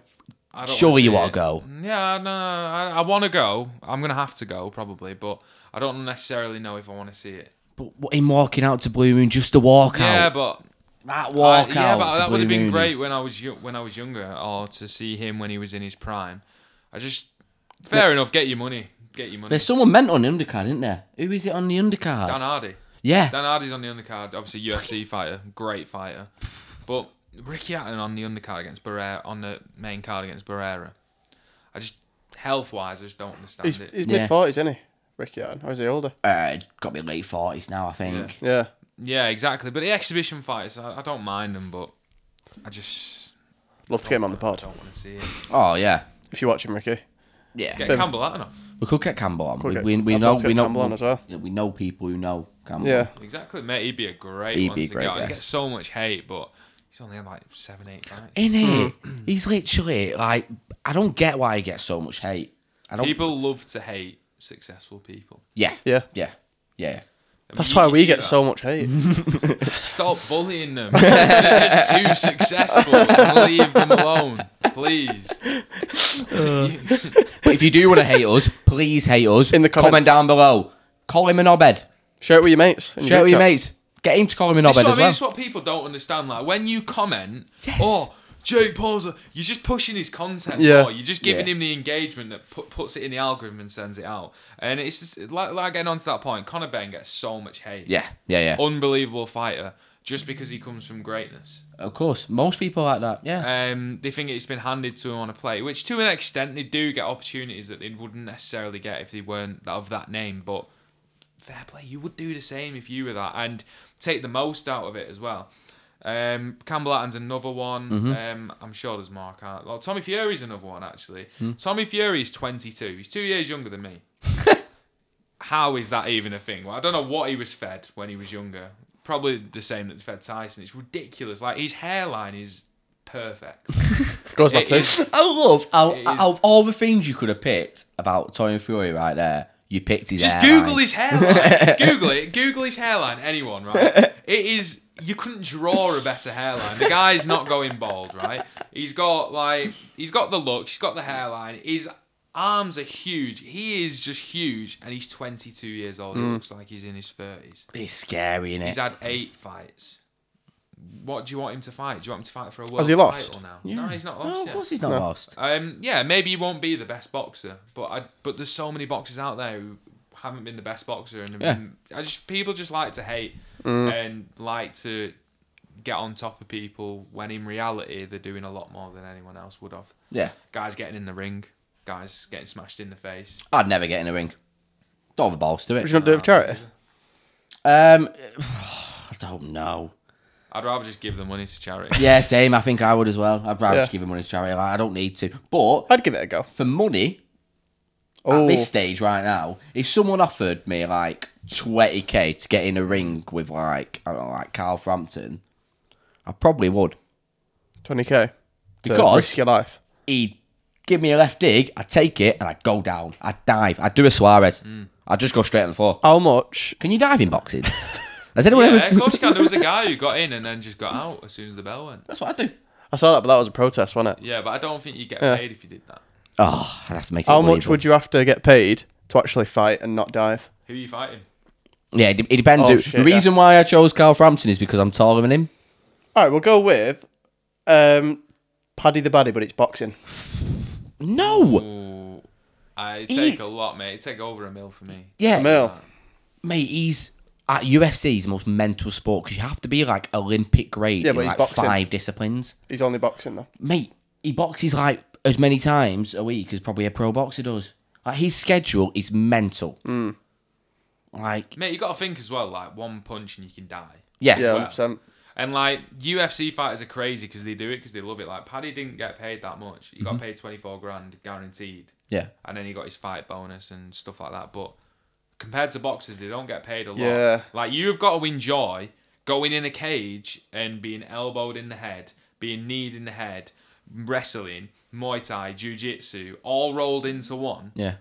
[SPEAKER 3] I don't
[SPEAKER 2] sure
[SPEAKER 3] wanna
[SPEAKER 2] you
[SPEAKER 3] see
[SPEAKER 2] want
[SPEAKER 3] it.
[SPEAKER 2] to go.
[SPEAKER 3] Yeah, no, I, I want to go. I'm going to have to go probably, but I don't necessarily know if I want to see it.
[SPEAKER 2] But what- him walking out to Blue Moon, just the walkout,
[SPEAKER 3] Yeah, but
[SPEAKER 2] that
[SPEAKER 3] I-
[SPEAKER 2] walkout.
[SPEAKER 3] yeah, but
[SPEAKER 2] to
[SPEAKER 3] that would have
[SPEAKER 2] Blue
[SPEAKER 3] been
[SPEAKER 2] Moon
[SPEAKER 3] great
[SPEAKER 2] is-
[SPEAKER 3] when I was yo- when I was younger, or to see him when he was in his prime. I just fair enough. Get your money. Get your money.
[SPEAKER 2] There's someone meant on the undercard, isn't there? Who is it on the undercard?
[SPEAKER 3] Dan Hardy.
[SPEAKER 2] yeah,
[SPEAKER 3] Dan Hardy's on the undercard. Obviously UFC fighter, great fighter. But Ricky Hatton on the undercard against Barrera on the main card against Barrera. I just health wise, I just don't understand
[SPEAKER 1] He's,
[SPEAKER 3] it.
[SPEAKER 1] he's
[SPEAKER 2] Yeah.
[SPEAKER 1] mid forties, isn't he? Ricky Hatton, or is he older?
[SPEAKER 2] uh, got me late forties now, I think.
[SPEAKER 1] Yeah.
[SPEAKER 3] yeah, exactly. But the exhibition fights, I, I don't mind them, but I just
[SPEAKER 1] Love to get him on the
[SPEAKER 3] I
[SPEAKER 1] pod.
[SPEAKER 3] don't want to see it.
[SPEAKER 2] Oh yeah,
[SPEAKER 1] If you watch him, Ricky.
[SPEAKER 2] yeah.
[SPEAKER 3] Get
[SPEAKER 1] Boom.
[SPEAKER 3] Campbell out of
[SPEAKER 2] We could get Campbell on.
[SPEAKER 1] Could
[SPEAKER 2] we,
[SPEAKER 1] get-
[SPEAKER 2] we, we
[SPEAKER 1] I'd
[SPEAKER 2] know
[SPEAKER 1] love to
[SPEAKER 2] we
[SPEAKER 1] get
[SPEAKER 2] know
[SPEAKER 1] Campbell on as well.
[SPEAKER 2] Yeah, we know people who know Campbell.
[SPEAKER 1] Yeah.
[SPEAKER 3] Exactly, mate. He'd be a great
[SPEAKER 2] He'd
[SPEAKER 3] one
[SPEAKER 2] be
[SPEAKER 3] to
[SPEAKER 2] great,
[SPEAKER 3] get. on.
[SPEAKER 2] yeah.
[SPEAKER 3] He gets so much hate, but he's only had like seven, eight fights.
[SPEAKER 2] In it,
[SPEAKER 1] Hmm.
[SPEAKER 2] he's literally like I don't get why he gets so much hate. I don't.
[SPEAKER 3] People love to hate successful people.
[SPEAKER 2] Yeah,
[SPEAKER 1] Yeah.
[SPEAKER 2] yeah, yeah.
[SPEAKER 3] I mean,
[SPEAKER 1] That's
[SPEAKER 3] you-
[SPEAKER 1] why
[SPEAKER 3] you
[SPEAKER 1] we
[SPEAKER 3] see
[SPEAKER 1] get
[SPEAKER 3] that.
[SPEAKER 1] so much hate.
[SPEAKER 3] Stop bullying them. They're just too successful. Leave them alone, please.
[SPEAKER 2] But if you do want to hate us, please hate us
[SPEAKER 1] In the
[SPEAKER 2] comment
[SPEAKER 1] comments.
[SPEAKER 2] down below. Call him an obed.
[SPEAKER 1] Share it with your mates. in
[SPEAKER 2] Share
[SPEAKER 1] group
[SPEAKER 2] it with your
[SPEAKER 1] chat.
[SPEAKER 2] mates. Get him to call him an
[SPEAKER 3] This
[SPEAKER 2] obed
[SPEAKER 3] is what I
[SPEAKER 2] as
[SPEAKER 3] mean.
[SPEAKER 2] well.
[SPEAKER 3] It's what people don't understand. Like when you comment,
[SPEAKER 2] Yes.
[SPEAKER 3] oh, Jake Paul's, a-" you're just pushing his content.
[SPEAKER 1] Yeah.
[SPEAKER 3] more. you're just giving
[SPEAKER 2] Yeah.
[SPEAKER 3] him the engagement that put, puts it in the algorithm and sends it out. And it's just like, like getting on to that point. Conor Ben gets so much hate.
[SPEAKER 2] Yeah, yeah, yeah.
[SPEAKER 3] unbelievable fighter just because he comes from greatness.
[SPEAKER 2] Of course, most people like that. Yeah,
[SPEAKER 3] Um, they think it's been handed to him on a plate, which to an extent they do get opportunities that they wouldn't necessarily get if they weren't of that name. But fair play, you would do the same if you were that and take the most out of it as well. Um, Campbell Atten's another one. Um, I'm sure there's Mark. Hart. Well, Tommy Fury's another one actually. Tommy Fury's 22. He's two years younger than me. How is that even a thing? Well, I don't know what he was fed when he was younger. Probably the same that fed Tyson. It's ridiculous. Like his hairline is perfect.
[SPEAKER 1] Goes my
[SPEAKER 3] It
[SPEAKER 1] two.
[SPEAKER 3] is-
[SPEAKER 2] I love out,
[SPEAKER 3] It is-
[SPEAKER 2] out of all the things you could have picked about Toy Fury right there. You picked his.
[SPEAKER 3] Just
[SPEAKER 2] hairline.
[SPEAKER 3] Google his hairline. Google it. Google his hairline. Anyone, right? It is. You couldn't draw a better hairline. The guy's not going bald, right? He's got like he's got the look. He's got the hairline. His arms are huge. He is just huge, and he's 22 years old. He
[SPEAKER 2] Mm.
[SPEAKER 3] looks like he's in his 30s.
[SPEAKER 2] It's scary, innit?
[SPEAKER 3] He's had eight fights. What do you want him to fight? Do you want him to fight for a world
[SPEAKER 1] he lost?
[SPEAKER 3] title now?
[SPEAKER 2] Yeah.
[SPEAKER 3] No, he's not lost
[SPEAKER 2] No, Oh, of
[SPEAKER 3] yet.
[SPEAKER 2] course he's not lost.
[SPEAKER 3] Um, yeah, maybe he won't be the best boxer, but I but there's so many boxers out there who haven't been the best boxer, and
[SPEAKER 2] Yeah. Mm.
[SPEAKER 3] I just people just like to hate and like to get on top of people when in reality they're doing a lot more than anyone else would have.
[SPEAKER 2] Yeah.
[SPEAKER 3] Guys getting in the ring, guys getting smashed in the face.
[SPEAKER 2] I'd never get in a ring. Don't have the balls to
[SPEAKER 1] What
[SPEAKER 2] it.
[SPEAKER 1] you gonna do with charity?
[SPEAKER 2] Um, I don't know.
[SPEAKER 3] I'd rather just give the money to charity.
[SPEAKER 2] Yeah, same. I think I would as well. I'd rather
[SPEAKER 1] Yeah.
[SPEAKER 2] just give him money to charity. Like, I don't need to. But
[SPEAKER 1] I'd give it a go.
[SPEAKER 2] for money, at
[SPEAKER 1] Oh,
[SPEAKER 2] this stage right now, if someone offered me like 20k to get in a ring with like, I don't know, like Carl Frampton, I probably would.
[SPEAKER 1] 20k. To
[SPEAKER 2] Because-
[SPEAKER 1] risk your life.
[SPEAKER 2] He'd give me a left dig, I'd take it, and I'd go down. I'd dive. I'd do a Suarez.
[SPEAKER 1] Hmm.
[SPEAKER 2] I'd just go straight on the floor.
[SPEAKER 1] How much?
[SPEAKER 2] Can you dive in boxing? Has anyone
[SPEAKER 3] Yeah,
[SPEAKER 2] ever.
[SPEAKER 3] of course you can. There was a guy who got in and then just got out as soon as the bell went.
[SPEAKER 2] That's what I do.
[SPEAKER 1] I saw that, but that was a protest, wasn't it?
[SPEAKER 3] Yeah, but I don't think you get
[SPEAKER 1] Yeah.
[SPEAKER 3] paid if you did that.
[SPEAKER 2] Oh, I'd have to make it
[SPEAKER 1] How much
[SPEAKER 2] believable.
[SPEAKER 1] would you have to get paid to actually fight and not dive?
[SPEAKER 3] Who are you fighting?
[SPEAKER 2] Yeah, it, it depends.
[SPEAKER 1] Oh,
[SPEAKER 2] the
[SPEAKER 1] shit,
[SPEAKER 2] reason why I chose Carl Frampton is because I'm taller than him.
[SPEAKER 1] All right, we'll go with um, Paddy the Baddy, but it's boxing.
[SPEAKER 2] No.
[SPEAKER 3] Ooh, I
[SPEAKER 2] He-
[SPEAKER 3] take a lot, mate. It'd take over a mil for me.
[SPEAKER 2] Yeah.
[SPEAKER 1] Mil.
[SPEAKER 2] Mate, he's uh, at UFC is the most mental sport because you have to be like Olympic grade
[SPEAKER 1] Yeah,
[SPEAKER 2] in
[SPEAKER 1] but he's
[SPEAKER 2] like
[SPEAKER 1] boxing.
[SPEAKER 2] five disciplines.
[SPEAKER 1] He's only boxing though.
[SPEAKER 2] Mate, he boxes like as many times a week as probably a pro boxer does. Like his schedule is mental.
[SPEAKER 1] Hmm.
[SPEAKER 2] Like
[SPEAKER 3] Mate, you got to think as well. Like one punch and you can die.
[SPEAKER 2] yeah,
[SPEAKER 1] Yeah,
[SPEAKER 3] well.
[SPEAKER 1] hundred percent.
[SPEAKER 3] And like UFC fighters are crazy because they do it because they love it. Like Paddy didn't get paid that much. He got paid twenty four grand guaranteed,
[SPEAKER 2] yeah.
[SPEAKER 3] and then he got his fight bonus and stuff like that. But compared to boxers, they don't get paid a lot.
[SPEAKER 1] Yeah.
[SPEAKER 3] Like you've got to enjoy going in a cage and being elbowed in the head, being kneed in the head, wrestling, Muay Thai, Jiu Jitsu, all rolled into one
[SPEAKER 2] yeah.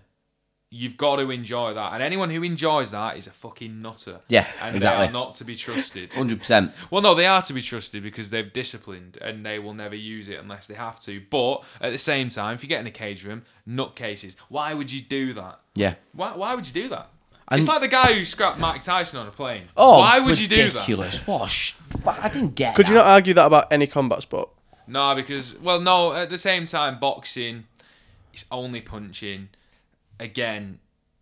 [SPEAKER 3] you've got to enjoy that. And anyone who enjoys that is a fucking nutter.
[SPEAKER 2] Yeah,
[SPEAKER 3] and
[SPEAKER 2] exactly.
[SPEAKER 3] they are not to be trusted.
[SPEAKER 2] Hundred percent.
[SPEAKER 3] Well, no, they are to be trusted because they've disciplined and they will never use it unless they have to. But at the same time, if you get in a cage room, nutcases. Why would you do that?
[SPEAKER 2] Yeah.
[SPEAKER 3] Why, why would you do that?
[SPEAKER 2] And-
[SPEAKER 3] it's like the guy who scrapped Mike Tyson on a plane.
[SPEAKER 2] Oh,
[SPEAKER 3] why would you do that?
[SPEAKER 2] Ridiculous. What? a sh- but I didn't get.
[SPEAKER 1] Could you
[SPEAKER 2] that.
[SPEAKER 1] not argue that about any combat sport?
[SPEAKER 3] No, because well, no. At the same time, boxing, it's only punching. Again,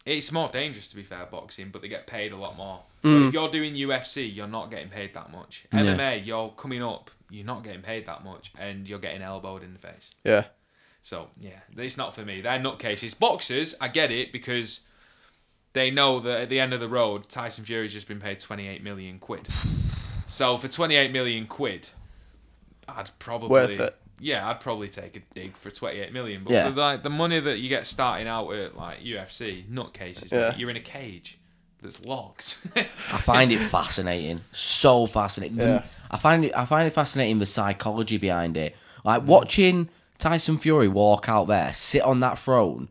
[SPEAKER 3] it's more dangerous to be fair, boxing, but they get paid a lot more. But if you're doing UFC, you're not getting paid that much. MMA, you're coming up, you're not getting paid that much, and you're getting elbowed in the face.
[SPEAKER 1] Yeah.
[SPEAKER 3] So yeah, it's not for me. They're nutcases. Boxers, I get it because they know that at the end of the road, Tyson Fury's just been paid 28 million quid. So for 28 million quid, I'd probably
[SPEAKER 1] Worth it.
[SPEAKER 3] Yeah, I'd probably take a dig for 28 million. But
[SPEAKER 2] Yeah.
[SPEAKER 3] for like the money that you get starting out at like UFC, nutcases. mate,
[SPEAKER 1] Yeah.
[SPEAKER 3] You're in a cage that's locked.
[SPEAKER 2] I find it fascinating, so fascinating. The-
[SPEAKER 1] Yeah.
[SPEAKER 2] I find it, I find it fascinating the psychology behind it. Like watching Tyson Fury walk out there, sit on that throne,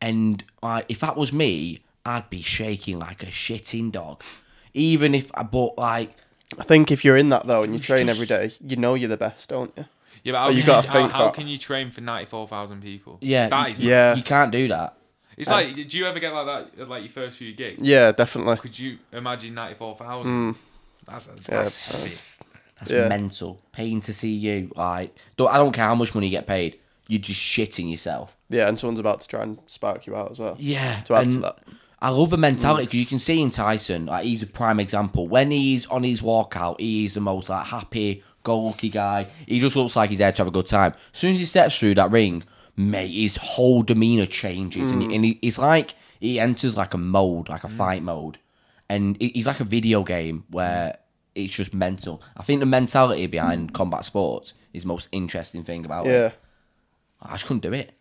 [SPEAKER 2] and like if that was me, I'd be shaking like a shitting dog. Even if I, but like,
[SPEAKER 1] I think if you're in that though and you train
[SPEAKER 2] just-
[SPEAKER 1] every day, you know you're the best, don't you?
[SPEAKER 3] yeah, but how,
[SPEAKER 1] you
[SPEAKER 3] can,
[SPEAKER 1] gotta
[SPEAKER 3] you, how,
[SPEAKER 1] think
[SPEAKER 3] how
[SPEAKER 1] that.
[SPEAKER 3] can you train for 94,000 people?
[SPEAKER 2] yeah,
[SPEAKER 3] that is.
[SPEAKER 1] Yeah.
[SPEAKER 2] you can't do that.
[SPEAKER 3] It's like, do you ever get like that at like your first few gigs?
[SPEAKER 1] Yeah, definitely.
[SPEAKER 3] Could you imagine 94,000? That's, that's, that's
[SPEAKER 2] That's, that's
[SPEAKER 1] Yeah.
[SPEAKER 2] mental. Paying to see you, like, don't, I don't care how much money you get paid, you're just shitting yourself.
[SPEAKER 1] Yeah, and someone's about to try and spark you out as well.
[SPEAKER 2] Yeah.
[SPEAKER 1] To add to
[SPEAKER 2] and
[SPEAKER 1] that. Mm.
[SPEAKER 2] I love the mentality because you can see in Tyson, like he's a prime example. When he's on his walkout, he's the most like happy, go lucky guy. He just looks like he's there to have a good time. As soon as he steps through that ring, mate, his whole demeanor changes,
[SPEAKER 1] Mm.
[SPEAKER 2] and, and he, it's like he enters like a mode, like a fight mode, and he- he's like a video game where it's just mental. I think the mentality behind combat sports is the most interesting thing about
[SPEAKER 1] Mm. Yeah.
[SPEAKER 2] it. I just couldn't do it.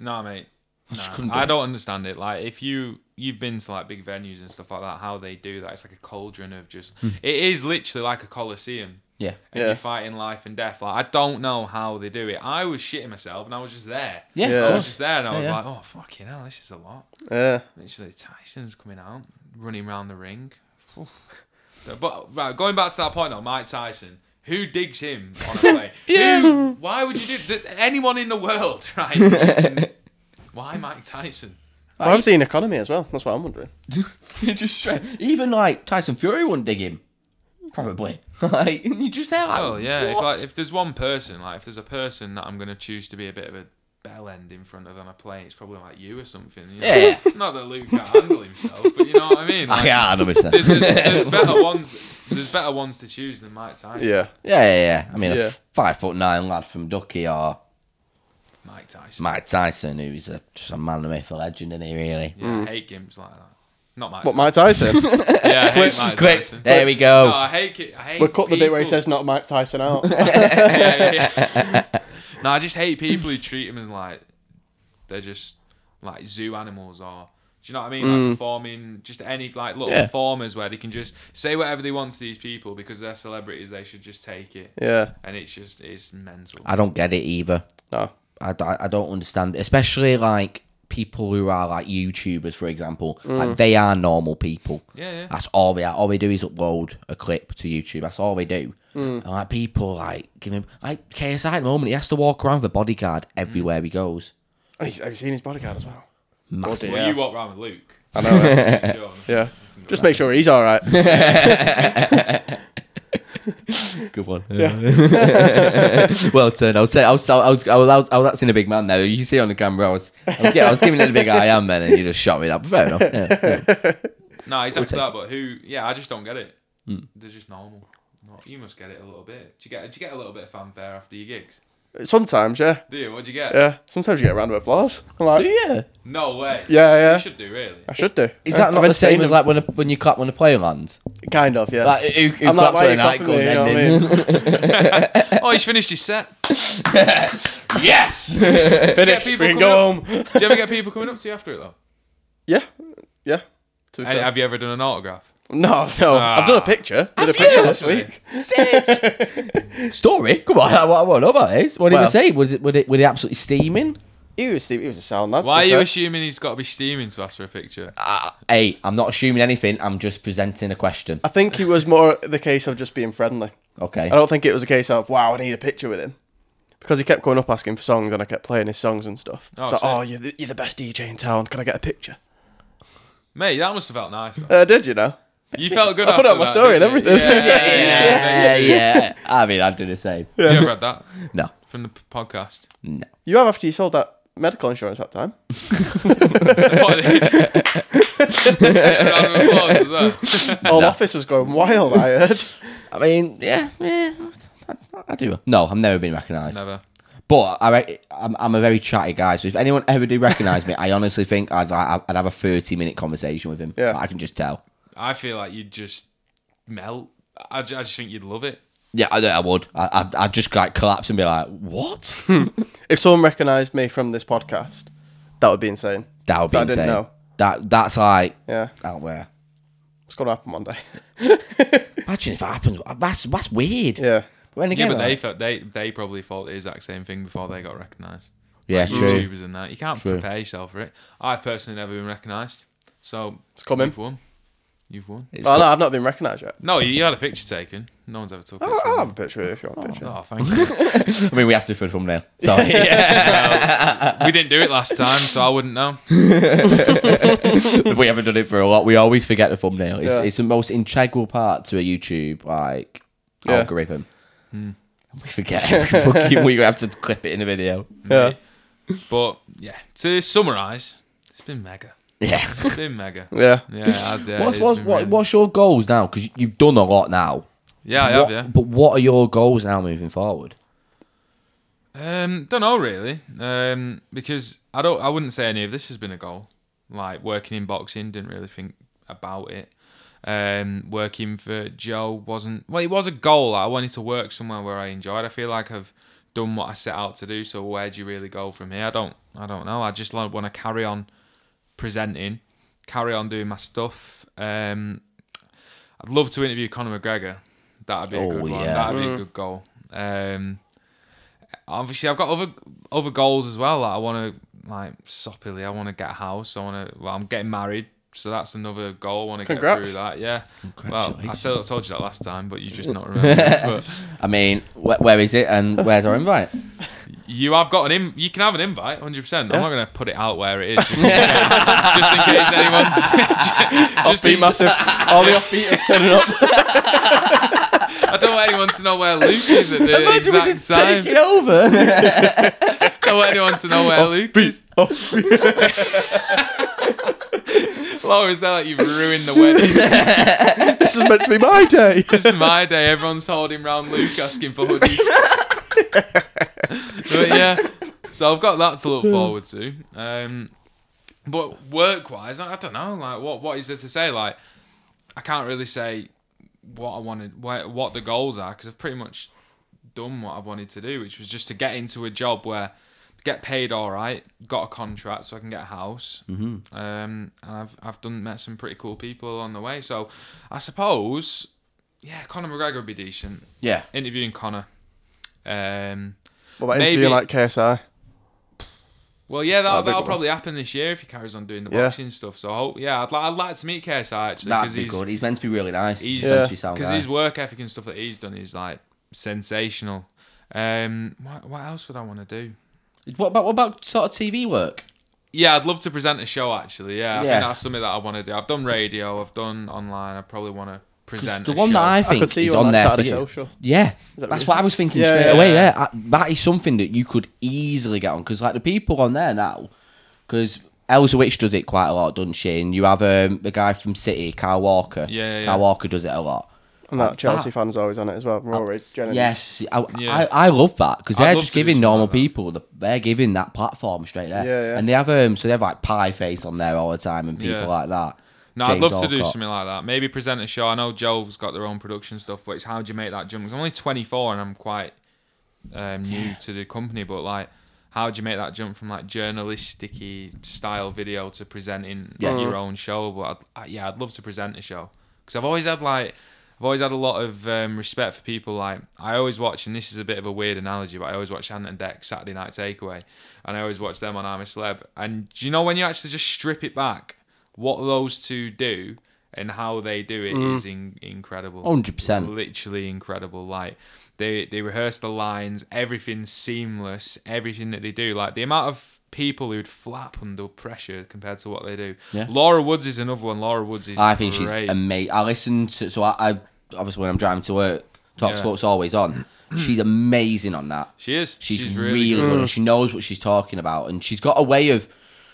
[SPEAKER 3] Nah, mate.
[SPEAKER 2] just
[SPEAKER 3] Nah,
[SPEAKER 2] couldn't do
[SPEAKER 3] I
[SPEAKER 2] it.
[SPEAKER 3] don't understand it. Like, if you you've been to like big venues and stuff like that, how they do that, it's like a cauldron of just. it is literally like a coliseum.
[SPEAKER 2] Hmm. Yeah.
[SPEAKER 3] And
[SPEAKER 1] Yeah.
[SPEAKER 3] you're fighting life and death. Like, I don't know how they do it. I was shitting myself, and I was just there.
[SPEAKER 2] Yeah,
[SPEAKER 1] Yeah.
[SPEAKER 3] I was just there, and I
[SPEAKER 2] Yeah,
[SPEAKER 3] was
[SPEAKER 2] yeah.
[SPEAKER 3] like, oh fucking hell, this is a lot.
[SPEAKER 1] Yeah.
[SPEAKER 3] Literally, Tyson's coming out, running round the ring. Phew. but right, going back to that point though, Mike Tyson. Who digs him on a plane? Who, why would you do th- anyone in the world, right? why Mike Tyson?
[SPEAKER 1] Well, obviously in economy as well. That's what I'm wondering.
[SPEAKER 2] You just straight, even like Tyson Fury wouldn't dig him, probably. like and you just there. Like,
[SPEAKER 3] Well, Oh, yeah, if
[SPEAKER 2] what?
[SPEAKER 3] like if there's one person, like if there's a person that I'm gonna choose to be a bit of a bell end in front of on a plane, it's probably like you or something. you know?
[SPEAKER 2] Yeah.
[SPEAKER 3] Not that Luke can't handle himself, but you know what I mean. Like,
[SPEAKER 2] yeah, I know it's there.
[SPEAKER 3] There's, there's, there's better ones. There's better ones to choose than Mike Tyson.
[SPEAKER 1] Yeah.
[SPEAKER 2] yeah, yeah, yeah. I mean,
[SPEAKER 1] Yeah.
[SPEAKER 2] a f- five foot nine lad from Ducky or
[SPEAKER 3] Mike Tyson.
[SPEAKER 2] Mike Tyson, who's a, just a man of myth, a legend, isn't he? Really.
[SPEAKER 3] Yeah,
[SPEAKER 1] Mm.
[SPEAKER 3] I hate gimps like that. Not Mike.
[SPEAKER 1] But
[SPEAKER 3] Tyson.
[SPEAKER 1] Mike Tyson.
[SPEAKER 3] yeah, I
[SPEAKER 1] Clip,
[SPEAKER 3] hate Mike
[SPEAKER 2] Click.
[SPEAKER 3] Tyson.
[SPEAKER 2] There we
[SPEAKER 3] No,
[SPEAKER 2] go.
[SPEAKER 3] I hate it. I hate.
[SPEAKER 1] We'll cut the bit where he
[SPEAKER 3] people-
[SPEAKER 1] says knock Mike Tyson out.
[SPEAKER 3] Yeah, yeah, yeah. no, I just hate people who treat him as like they're just like zoo animals or. Do you know what I mean?
[SPEAKER 1] Mm.
[SPEAKER 3] Like performing, just any like little
[SPEAKER 2] Yeah.
[SPEAKER 3] performers where they can just say whatever they want to these people because they're celebrities. They should just take it,
[SPEAKER 1] yeah.
[SPEAKER 3] and it's just it's mental.
[SPEAKER 2] I don't get it either.
[SPEAKER 1] No.
[SPEAKER 2] I, d- I don't understand, especially like people who are like YouTubers, for example. Like they are normal people.
[SPEAKER 3] Yeah, yeah.
[SPEAKER 2] That's all they are. All they do is upload a clip to YouTube. That's all they do.
[SPEAKER 1] Hmm.
[SPEAKER 2] And like people like give him like KSI at the moment. He has to walk around with a bodyguard everywhere he goes.
[SPEAKER 1] Have you seen his bodyguard as well?
[SPEAKER 2] Massive.
[SPEAKER 3] Well, you walk around with Luke.
[SPEAKER 1] I know. that's-
[SPEAKER 3] Sure.
[SPEAKER 1] yeah. Just make sure he's all right.
[SPEAKER 2] Good one.
[SPEAKER 1] Yeah.
[SPEAKER 2] well turned. I was, say, I was, I was, I was, I was, I was acting a big man there. You see on the camera, I was, I was, gi- I was giving it a big I am, man, and you just shot me up. Fair enough. Yeah, yeah.
[SPEAKER 3] No, exactly
[SPEAKER 2] take
[SPEAKER 3] that. But who? Yeah, I just don't get it.
[SPEAKER 1] Hmm.
[SPEAKER 3] They're just normal. No, you must get it a little bit. Do you get? Do you get a little bit of fanfare after your gigs?
[SPEAKER 1] Sometimes, yeah.
[SPEAKER 3] Do you? What do you get?
[SPEAKER 1] Yeah. Sometimes you get a round of applause. I'm
[SPEAKER 2] Do
[SPEAKER 1] like,
[SPEAKER 2] you?
[SPEAKER 3] No way.
[SPEAKER 1] Yeah, yeah.
[SPEAKER 3] You should do really.
[SPEAKER 1] I should do.
[SPEAKER 2] Is that
[SPEAKER 1] I've
[SPEAKER 2] not
[SPEAKER 1] been
[SPEAKER 2] the same
[SPEAKER 1] seeing
[SPEAKER 2] as
[SPEAKER 1] them.
[SPEAKER 2] like when a, when you clap when a player lands?
[SPEAKER 1] Kind of, yeah.
[SPEAKER 2] Like who, who
[SPEAKER 1] I'm like,
[SPEAKER 2] claps
[SPEAKER 1] why are
[SPEAKER 2] when a
[SPEAKER 1] you
[SPEAKER 2] night
[SPEAKER 1] clapping
[SPEAKER 2] goes
[SPEAKER 1] me? You know what I
[SPEAKER 2] ending?
[SPEAKER 3] oh, he's finished his set.
[SPEAKER 2] yes.
[SPEAKER 1] Finish.
[SPEAKER 3] get
[SPEAKER 1] We
[SPEAKER 3] people
[SPEAKER 1] can go home.
[SPEAKER 3] Do you ever get people coming up to you after it though?
[SPEAKER 1] Yeah. Yeah. To be
[SPEAKER 3] And
[SPEAKER 1] fair.
[SPEAKER 3] have you ever done an autograph?
[SPEAKER 1] No, no. I've done a
[SPEAKER 3] Ah.
[SPEAKER 1] picture. Did a picture last
[SPEAKER 3] Actually.
[SPEAKER 1] week.
[SPEAKER 2] Sick. Story. Come on. I, I want to know about this. What did
[SPEAKER 1] Well-
[SPEAKER 2] he say? Was it? Were they, were they absolutely steaming?
[SPEAKER 1] He was, he was a sound lad. to
[SPEAKER 3] Why are
[SPEAKER 1] be
[SPEAKER 3] you
[SPEAKER 1] fair.
[SPEAKER 3] assuming he's got to be steaming to ask for a picture?
[SPEAKER 2] Uh, hey, I'm not assuming anything. I'm just presenting a question.
[SPEAKER 1] I think it was more the case of just being friendly.
[SPEAKER 2] Okay.
[SPEAKER 1] I don't think it was a case of wow, I need a picture with him, because he kept going up asking for songs, and I kept playing his songs and stuff.
[SPEAKER 3] Oh,
[SPEAKER 1] It's like,
[SPEAKER 3] sick.
[SPEAKER 1] oh, you're the, you're the best DJ in town. Can I get a picture?
[SPEAKER 3] Mate, that must have felt nice. Though.
[SPEAKER 1] Uh, I did you know?
[SPEAKER 3] You felt good.
[SPEAKER 1] I put it
[SPEAKER 3] after
[SPEAKER 1] on my
[SPEAKER 3] that,
[SPEAKER 1] story and
[SPEAKER 3] didn't you?
[SPEAKER 1] everything.
[SPEAKER 3] Yeah, yeah, yeah.
[SPEAKER 2] yeah, yeah. I mean, I'd do the same.
[SPEAKER 3] You ever had that
[SPEAKER 2] No,
[SPEAKER 3] from the p- podcast?
[SPEAKER 2] no.
[SPEAKER 1] You have after you sold that medical insurance that time.
[SPEAKER 3] What? Round of applause as well.
[SPEAKER 1] All office was going wild. I heard.
[SPEAKER 2] I mean, yeah, yeah. I, I- I do. No, I've never been recognised.
[SPEAKER 3] Never.
[SPEAKER 2] But I, re- I'm, I'm a very chatty guy, so if anyone ever did recognise me, I honestly think I'd like, I'd have a 30 minute conversation with him.
[SPEAKER 1] Yeah.
[SPEAKER 2] Like, I can just tell.
[SPEAKER 3] I feel like you'd just melt. I, ju- I just think you'd love it.
[SPEAKER 2] Yeah, I, I would. I, I'd, I'd just like collapse and be like, "What?"
[SPEAKER 1] If someone recognised me from this podcast, that would be insane.
[SPEAKER 2] That would be
[SPEAKER 1] But I
[SPEAKER 2] insane.
[SPEAKER 1] didn't know.
[SPEAKER 2] That that's like
[SPEAKER 1] Yeah,
[SPEAKER 2] out there.
[SPEAKER 1] it's gonna happen one day.
[SPEAKER 2] Imagine if it happens. That's that's weird.
[SPEAKER 1] Yeah,
[SPEAKER 2] When
[SPEAKER 3] Yeah,
[SPEAKER 2] again,
[SPEAKER 3] but
[SPEAKER 2] like-
[SPEAKER 3] they felt they they probably thought the exact same thing before they got recognised.
[SPEAKER 2] yeah, true.
[SPEAKER 3] YouTubers and that you can't
[SPEAKER 2] True.
[SPEAKER 3] prepare yourself for it. I've personally never been recognised, so
[SPEAKER 1] it's coming.
[SPEAKER 3] you've won. You've won.
[SPEAKER 2] It's
[SPEAKER 1] Oh no,
[SPEAKER 2] got-
[SPEAKER 1] I've not been recognised yet.
[SPEAKER 3] No, you, you had a picture taken. No one's ever took a
[SPEAKER 1] I'll,
[SPEAKER 3] picture.
[SPEAKER 1] I'll
[SPEAKER 3] Oh,
[SPEAKER 1] have a picture with you if you want a picture.
[SPEAKER 3] oh thank you.
[SPEAKER 2] I mean, we have to for a thumbnail. So
[SPEAKER 3] we didn't do it last time, so I wouldn't know.
[SPEAKER 2] we haven't done it for a lot. We always forget the thumbnail. It's,
[SPEAKER 1] Yeah.
[SPEAKER 2] it's the most integral part to a YouTube like
[SPEAKER 1] Yeah.
[SPEAKER 2] algorithm. We forget every fucking week. We have to clip it in a video.
[SPEAKER 1] Yeah,
[SPEAKER 3] But yeah, to summarise, it's been mega.
[SPEAKER 2] Yeah.
[SPEAKER 3] It's been mega.
[SPEAKER 1] yeah.
[SPEAKER 3] Yeah, it has, yeah
[SPEAKER 2] what's
[SPEAKER 3] it's
[SPEAKER 2] what's
[SPEAKER 3] been
[SPEAKER 2] what,
[SPEAKER 3] really-
[SPEAKER 2] what's your goals now? Because you've done a lot now.
[SPEAKER 3] Yeah, I
[SPEAKER 2] What-
[SPEAKER 3] have. Yeah.
[SPEAKER 2] But what are your goals now moving forward?
[SPEAKER 3] Um, don't know really. Um, because I don't. I wouldn't say any of this has been a goal. Like working in boxing, didn't really think about it. Um, working for Joe wasn't. Well, it was a goal. I wanted to work somewhere where I enjoyed. I feel like I've done what I set out to do. So where do you really go from here? I don't. I don't know. I just like, want to carry on presenting, carry on doing my stuff. Um, I'd love to interview Conor McGregor. That'd be a
[SPEAKER 2] Oh,
[SPEAKER 3] good one.
[SPEAKER 2] yeah.
[SPEAKER 3] That'd be a good goal. Um, obviously I've got other other goals as well. Like I want to like soppily, I want to get a house. I want to. Well, I'm getting married, so that's another goal. I want to get
[SPEAKER 1] Congrats.
[SPEAKER 3] through that. Yeah. Well, I
[SPEAKER 2] Congratulations.
[SPEAKER 3] still told you that last time, but you just not remember.
[SPEAKER 2] I mean, wh- where is it and where's our invite?
[SPEAKER 3] but you have got an in. You can have an invite, hundred percent. I'm not going to put it out where it is, just in case, just in case anyone's. just
[SPEAKER 1] Be
[SPEAKER 3] in,
[SPEAKER 1] massive. All the offbeaters turning up.
[SPEAKER 3] I don't want anyone to know where Luke is at the exact time.
[SPEAKER 2] it over.
[SPEAKER 3] I don't want anyone to know where Luke is. Laura's there like you've ruined the wedding.
[SPEAKER 1] This is meant to be my day.
[SPEAKER 3] It's my day. Everyone's holding round Luke asking for hoodies. but yeah, so I've got that to look forward to. Um, but work-wise, I I don't know. Like, what what is there to say? Like, I can't really say what I wanted, what, what the goals are, because I've pretty much done what I've wanted to do, which was just to get into a job where get paid all right, got a contract so I can get a house. Mm-hmm. Um, and I've I've done met some pretty cool people along the way. So I suppose, yeah, Conor McGregor would be decent.
[SPEAKER 2] Yeah.
[SPEAKER 3] Interviewing Conor. Um,
[SPEAKER 1] What about
[SPEAKER 3] Maybe-
[SPEAKER 1] interviewing like KSI?
[SPEAKER 3] well, yeah, that'll,
[SPEAKER 1] That'd be
[SPEAKER 3] that'll
[SPEAKER 1] good.
[SPEAKER 3] probably happen this year if he carries on doing the
[SPEAKER 1] Yeah.
[SPEAKER 3] boxing stuff. So I hope, yeah, I'd, li- I'd like to meet KSI actually
[SPEAKER 2] That'd
[SPEAKER 3] because
[SPEAKER 2] be
[SPEAKER 3] he's
[SPEAKER 2] good. He's meant to be really nice. He's
[SPEAKER 3] He's-
[SPEAKER 2] meant
[SPEAKER 1] Yeah.
[SPEAKER 2] to be sound
[SPEAKER 3] because
[SPEAKER 2] guy.
[SPEAKER 3] his work ethic and stuff that he's done is like sensational. Um, what, what else would I want to do?
[SPEAKER 2] What about what about sort of TV work?
[SPEAKER 3] Yeah, I'd love to present a show actually. Yeah,
[SPEAKER 2] Yeah.
[SPEAKER 3] I think that's something that I want to do. I've done radio, I've done online. I probably want to present
[SPEAKER 2] the
[SPEAKER 3] a
[SPEAKER 2] one
[SPEAKER 3] show.
[SPEAKER 2] that I
[SPEAKER 1] I
[SPEAKER 2] think
[SPEAKER 1] could see
[SPEAKER 2] is
[SPEAKER 1] you on,
[SPEAKER 2] on
[SPEAKER 1] that
[SPEAKER 2] there for
[SPEAKER 1] Saturday
[SPEAKER 2] you.
[SPEAKER 1] social.
[SPEAKER 2] Yeah,
[SPEAKER 1] that
[SPEAKER 2] that's
[SPEAKER 1] what you-
[SPEAKER 2] what I was thinking
[SPEAKER 1] Yeah,
[SPEAKER 2] straight
[SPEAKER 1] yeah,
[SPEAKER 2] away.
[SPEAKER 1] yeah.
[SPEAKER 2] Yeah, I- that is something that you could easily get on because like the people on there now, because Elsa Witch does it quite a lot, doesn't she? And you have um, the guy from City, Carl Walker.
[SPEAKER 3] Yeah, yeah,
[SPEAKER 2] Carl
[SPEAKER 3] yeah.
[SPEAKER 2] Walker does it a lot.
[SPEAKER 1] And that
[SPEAKER 2] Like
[SPEAKER 1] Chelsea fan's always on it as well. Rory, Jennings.
[SPEAKER 2] Yes, I,
[SPEAKER 3] Yeah.
[SPEAKER 2] I, I love that because
[SPEAKER 3] I'd
[SPEAKER 2] they're
[SPEAKER 3] love
[SPEAKER 2] just
[SPEAKER 3] to do
[SPEAKER 2] giving
[SPEAKER 3] something
[SPEAKER 2] normal
[SPEAKER 3] like that.
[SPEAKER 2] people the, they're giving that platform straight there.
[SPEAKER 1] Yeah, yeah.
[SPEAKER 2] And they have um, so they have like Pie Face on there all the time and people
[SPEAKER 3] Yeah.
[SPEAKER 2] like that.
[SPEAKER 3] No,
[SPEAKER 2] James
[SPEAKER 3] I'd love to do
[SPEAKER 2] Alcott.
[SPEAKER 3] something like that. Maybe present a show. I know Jove's got their own production stuff, but it's how do you make that jump? 'Cause I'm only 24 and I'm quite um, new to the company, but like, how do you make that jump from like journalistic style video to presenting
[SPEAKER 2] Yeah.
[SPEAKER 3] your own show? But I'd, I, yeah, I'd love to present a show because I've always had like, I've always had a lot of um, respect for people. Like, I always watch, and this is a bit of a weird analogy, but I always watch Ant and Deck Saturday Night Takeaway, and I always watch them on I'm a Celeb. And do you know when you actually just strip it back, what those two do and how they do it is in- incredible.
[SPEAKER 2] 100%.
[SPEAKER 3] Literally incredible. Like they they rehearse the lines, everything's seamless, everything that they do. Like the amount of people who'd flap under pressure compared to what they do.
[SPEAKER 2] Yeah.
[SPEAKER 3] Laura Woods is another one. Laura Woods is
[SPEAKER 2] I think she's
[SPEAKER 3] great.
[SPEAKER 2] amazing. I listen to so I, I obviously when I'm driving to work, Talk
[SPEAKER 3] Yeah.
[SPEAKER 2] Sports always on. She's amazing on that.
[SPEAKER 3] She is.
[SPEAKER 2] She's,
[SPEAKER 3] She's,
[SPEAKER 2] really,
[SPEAKER 3] really, good.
[SPEAKER 2] good. and She knows what she's talking about, and she's got a way of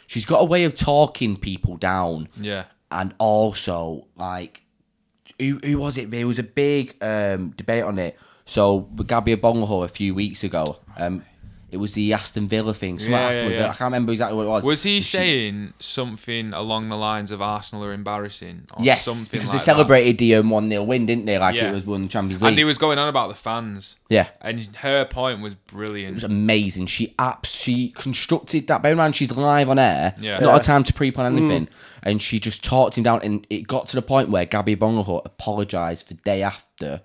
[SPEAKER 2] she's got a way of talking people down,
[SPEAKER 3] Yeah.
[SPEAKER 2] and also like who who was it? There was a big um, debate on it. So with Gabby Bonho a few weeks ago, um, it was the Aston Villa thing. something
[SPEAKER 3] Yeah,
[SPEAKER 2] like-
[SPEAKER 3] yeah, yeah.
[SPEAKER 2] I can't remember exactly what it was.
[SPEAKER 3] Was he
[SPEAKER 2] She-
[SPEAKER 3] saying something along the lines of Arsenal are embarrassing or
[SPEAKER 2] Yes,
[SPEAKER 3] something
[SPEAKER 2] because
[SPEAKER 3] like
[SPEAKER 2] they
[SPEAKER 3] that?
[SPEAKER 2] celebrated the um, one 0 win, didn't they? Like
[SPEAKER 3] Yeah.
[SPEAKER 2] it was one Champions League.
[SPEAKER 3] And he was going on about the fans.
[SPEAKER 2] yeah,
[SPEAKER 3] And her point was
[SPEAKER 2] It
[SPEAKER 3] brilliant.
[SPEAKER 2] was amazing. She apps she constructed that. Bear in mind, she's live on air.
[SPEAKER 3] Yeah.
[SPEAKER 2] Not
[SPEAKER 1] Yeah.
[SPEAKER 2] a time to pre-plan anything, and she just talked him down. And it got to the point where Gabby Bongahut apologized the day after,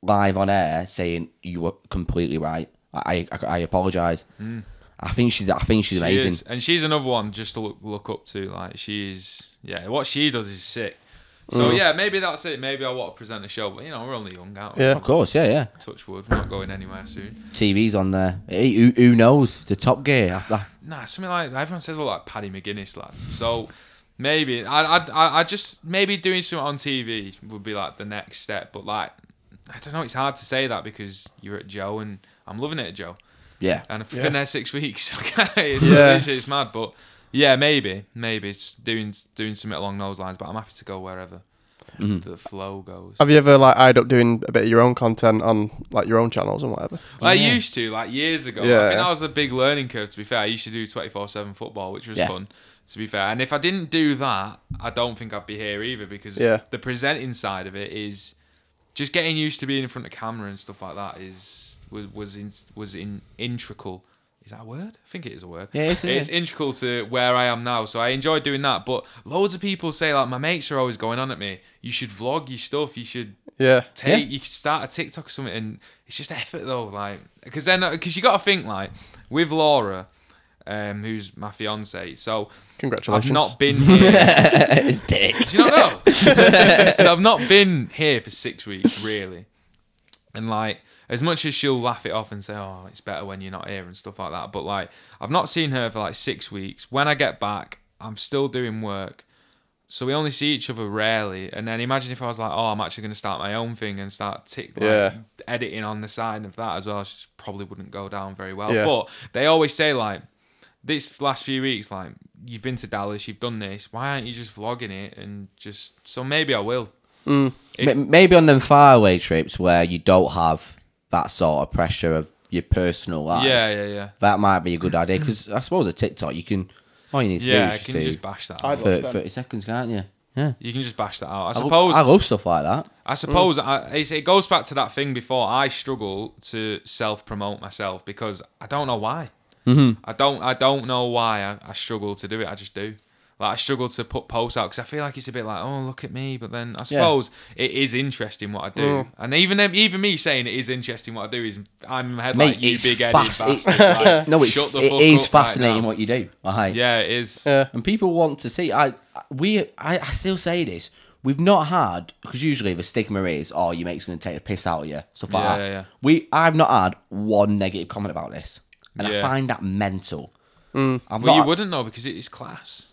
[SPEAKER 2] live on air, saying you were completely right. I I, I apologize. I think she's I think she's
[SPEAKER 3] Mm. She
[SPEAKER 2] amazing.
[SPEAKER 3] is. And she's another one just to look, look up to. Like she's yeah, what she does is sick. So yeah, maybe that's it. Maybe I want to present a show, but you know, we're only young, aren't we?
[SPEAKER 1] Yeah.
[SPEAKER 2] Of course, yeah, yeah.
[SPEAKER 3] Touch wood, we're not going anywhere soon.
[SPEAKER 2] TV's on there. Hey, who, who knows? The Top Gear. I- I-
[SPEAKER 3] Nah, something like everyone says a lot like Paddy McGuinness, lad. So maybe I I- I I just maybe doing something on TV would be like the next step. But like I don't know, it's hard to say that because you're at Joe and I'm loving it at Joe.
[SPEAKER 2] yeah.
[SPEAKER 3] and I've
[SPEAKER 1] Yeah.
[SPEAKER 3] been there six weeks. Okay, it's,
[SPEAKER 1] Yeah.
[SPEAKER 3] it's, it's mad, but yeah, maybe, maybe it's doing doing something along those lines. But I'm happy to go wherever the flow goes.
[SPEAKER 1] Have you ever like eyed up doing a bit of your own content on like your own channels and whatever?
[SPEAKER 3] I used to like years ago. I
[SPEAKER 1] Yeah.
[SPEAKER 3] think that was a big learning curve. To be fair, I used to do 24/7 football, which was
[SPEAKER 2] Yeah.
[SPEAKER 3] fun. To be fair, and if I didn't do that, I don't think I'd be here either because
[SPEAKER 1] Yeah.
[SPEAKER 3] the presenting side of it is just getting used to being in front of camera and stuff like that is was was in, was in integral. Is that a word? I think it is a word.
[SPEAKER 2] Yeah, it is, yeah.
[SPEAKER 3] it's integral to where I am now. So I enjoy doing that. But loads of people say like my mates are always going on at me. You should vlog your stuff. You should
[SPEAKER 1] Yeah.
[SPEAKER 3] take
[SPEAKER 2] Yeah.
[SPEAKER 3] you could start a TikTok or something, and it's just effort though, like because then because you got to think like with Laura, um, who's my fiance, so I've
[SPEAKER 1] Congratulations.
[SPEAKER 3] not been here.
[SPEAKER 2] Dick.
[SPEAKER 3] Do you not know? so I've not been here for six weeks really, and like as much as she'll laugh it off and say, "Oh, it's better when you're not here" and stuff like that, but like I've not seen her for like six weeks. When I get back, I'm still doing work. So we only see each other rarely, and then imagine if I was like, "Oh, I'm actually going to start my own thing and start tick like,
[SPEAKER 1] Yeah.
[SPEAKER 3] editing on the side of that as well." She probably wouldn't go down very well.
[SPEAKER 1] Yeah.
[SPEAKER 3] But they always say like, "This last few weeks, like you've been to Dallas, you've done this. Why aren't you just vlogging it and just?" So maybe I will.
[SPEAKER 2] M- Maybe on them faraway trips where you don't have that sort of pressure of your personal life.
[SPEAKER 3] Yeah, yeah, yeah.
[SPEAKER 2] That might be a good idea because I suppose a TikTok you can all you need to
[SPEAKER 3] Yeah,
[SPEAKER 2] do
[SPEAKER 3] I
[SPEAKER 2] is
[SPEAKER 3] can
[SPEAKER 2] do
[SPEAKER 3] just bash that.
[SPEAKER 1] I- I'd
[SPEAKER 3] Out.
[SPEAKER 1] watch
[SPEAKER 2] thir-
[SPEAKER 1] them.
[SPEAKER 2] 30 seconds, can't you? Yeah.
[SPEAKER 3] You can just bash that out. I
[SPEAKER 2] I lo-
[SPEAKER 3] suppose.
[SPEAKER 2] I love stuff like that.
[SPEAKER 3] I suppose I, it's, it goes back to that thing before. I struggle to self promote myself because I don't know why. Mm-hmm. I don't. I don't know why I, I struggle to do it. I just do. Like I struggle to put posts out because I feel like it's a bit like, oh, look at me. But then I suppose it is interesting what I do.
[SPEAKER 2] Mm.
[SPEAKER 3] And even them- even me saying it is interesting what I do is I'm head
[SPEAKER 2] Mate,
[SPEAKER 3] like you
[SPEAKER 2] it's
[SPEAKER 3] big headed
[SPEAKER 2] fas-
[SPEAKER 3] bastard.
[SPEAKER 2] it-
[SPEAKER 3] like,
[SPEAKER 2] No, it's
[SPEAKER 3] shut the
[SPEAKER 2] it
[SPEAKER 3] fuck
[SPEAKER 2] is
[SPEAKER 3] up right
[SPEAKER 2] fascinating Uh,
[SPEAKER 3] now.
[SPEAKER 2] what you do. Like,
[SPEAKER 3] yeah, it is.
[SPEAKER 1] Yeah.
[SPEAKER 2] And people want to see. I I- we I, I still say this. We've not had because usually the stigma is, oh, your mate's going to take the piss out of you. Stuff like
[SPEAKER 3] Yeah,
[SPEAKER 2] that.
[SPEAKER 3] yeah, yeah.
[SPEAKER 2] We I've not had one negative comment about this, and I
[SPEAKER 3] Yeah.
[SPEAKER 2] find that mental. I've
[SPEAKER 3] Well,
[SPEAKER 2] not-
[SPEAKER 3] you wouldn't know because it is class.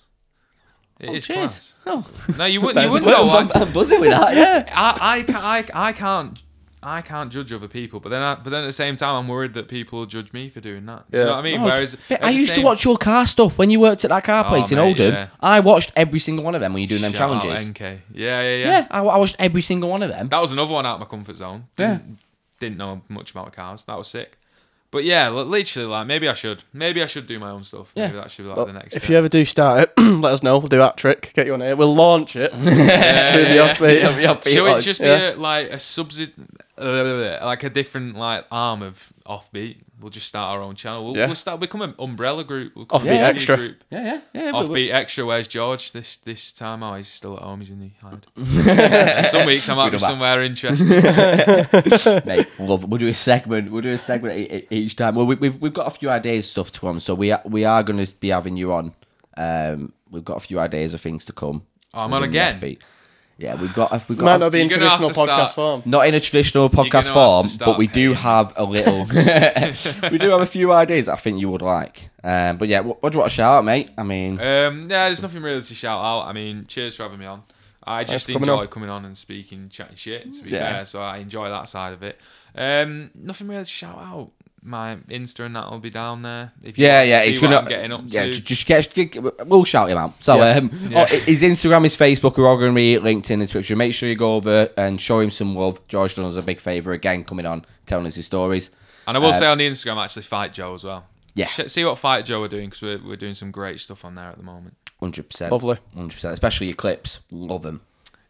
[SPEAKER 3] It is
[SPEAKER 2] Oh,
[SPEAKER 3] class.
[SPEAKER 2] cheers. Oh.
[SPEAKER 3] No, you wouldn't. you wouldn't
[SPEAKER 2] Well,
[SPEAKER 3] go.
[SPEAKER 2] I'm,
[SPEAKER 3] I,
[SPEAKER 2] I'm buzzing with that. Yeah.
[SPEAKER 3] I, I, ca- I, I can't. I can't judge other people, but then, I, but then at the same time, I'm worried that people will judge me for doing that. Do you
[SPEAKER 1] Yeah.
[SPEAKER 3] know what I mean?
[SPEAKER 2] Oh,
[SPEAKER 3] Whereas
[SPEAKER 2] but
[SPEAKER 3] at
[SPEAKER 2] I
[SPEAKER 3] the
[SPEAKER 2] used to
[SPEAKER 3] same-
[SPEAKER 2] watch your car stuff when you worked at that car
[SPEAKER 3] Oh,
[SPEAKER 2] place in
[SPEAKER 3] mate,
[SPEAKER 2] Oldham.
[SPEAKER 3] yeah.
[SPEAKER 2] I watched every single one of them when you're doing them
[SPEAKER 3] Shout out
[SPEAKER 2] challenges.
[SPEAKER 3] NK. Yeah, yeah, yeah,
[SPEAKER 2] yeah, I, I watched every single one of them.
[SPEAKER 3] That was another one out of my comfort zone. Didn't, didn't know much about cars. That was sick. But yeah, li- literally, like maybe I should, maybe I should do my own stuff.
[SPEAKER 2] Yeah.
[SPEAKER 3] Maybe that should be like
[SPEAKER 1] Well,
[SPEAKER 3] the next.
[SPEAKER 1] if
[SPEAKER 3] step.
[SPEAKER 1] you ever do start it, let us know. We'll do that trick. Get you on here. We'll launch it. through the
[SPEAKER 3] yeah,
[SPEAKER 1] offbeat.
[SPEAKER 2] Yeah, yeah, but
[SPEAKER 3] Should
[SPEAKER 2] like-
[SPEAKER 3] it just be
[SPEAKER 1] yeah.
[SPEAKER 3] a, like a subsid, uh, like a different like arm of offbeat? We'll just start our own channel. We'll,
[SPEAKER 1] Yeah.
[SPEAKER 3] we'll start become an umbrella group. We'll come
[SPEAKER 1] Offbeat
[SPEAKER 3] a media
[SPEAKER 1] Extra.
[SPEAKER 3] Group.
[SPEAKER 2] yeah, yeah, yeah. but-
[SPEAKER 3] Offbeat extra. Where's George this this time? Oh, he's still at home. He's in the hide. Some weeks I
[SPEAKER 2] Good
[SPEAKER 3] might be
[SPEAKER 2] or bad.
[SPEAKER 3] somewhere interesting.
[SPEAKER 2] Mate, love it. We'll do a segment. We'll do a segment e- e- each time. Well, we, we've we've got a few ideas stuff to come, so we are, we are going to be having you on. Um, we've got a few ideas of things to come.
[SPEAKER 3] Oh, I'm on
[SPEAKER 2] within the
[SPEAKER 3] again?
[SPEAKER 2] offbeat. Yeah, we've got we've
[SPEAKER 1] Might
[SPEAKER 2] got
[SPEAKER 1] not be in
[SPEAKER 3] You're gonna have
[SPEAKER 1] traditional
[SPEAKER 3] to
[SPEAKER 1] podcast
[SPEAKER 3] start-
[SPEAKER 1] form.
[SPEAKER 2] not in a traditional
[SPEAKER 3] gonna
[SPEAKER 2] podcast
[SPEAKER 3] have
[SPEAKER 2] form,
[SPEAKER 3] to start
[SPEAKER 2] but we do
[SPEAKER 3] paying.
[SPEAKER 2] have a little. we do have a few ideas I think you would like. Um, but yeah, what, what do you want to shout out, mate? I mean,
[SPEAKER 3] Um, yeah, there's nothing really to shout out. I mean, cheers for having me on. I just
[SPEAKER 1] for coming
[SPEAKER 3] enjoy
[SPEAKER 1] on.
[SPEAKER 3] coming on and speaking, chatting shit. To be
[SPEAKER 2] Yeah.
[SPEAKER 3] fair, so I enjoy that side of it. Um, nothing really to shout out. My Insta and that will be down there. If you
[SPEAKER 2] Yeah,
[SPEAKER 3] want to
[SPEAKER 2] yeah,
[SPEAKER 3] see
[SPEAKER 2] it's
[SPEAKER 3] what
[SPEAKER 2] gonna.
[SPEAKER 3] I'm getting up
[SPEAKER 2] yeah,
[SPEAKER 3] to.
[SPEAKER 2] ju- just get, get- We'll shout him out. So, um,
[SPEAKER 3] Yeah.
[SPEAKER 2] oh, his Instagram, his Facebook are all going to be linked in the Twitter. Make sure you go over and show him some love. George done us a big favour again, coming on, telling us his stories.
[SPEAKER 3] and I will
[SPEAKER 2] uh,
[SPEAKER 3] say on the Instagram, actually, fight Joe as well.
[SPEAKER 2] Yeah.
[SPEAKER 3] Sh- see what fight Joe are doing because we're, we're doing some great stuff on there at the moment.
[SPEAKER 2] Hundred percent,
[SPEAKER 1] Lovely.
[SPEAKER 2] Hundred percent, especially your clips. Love them.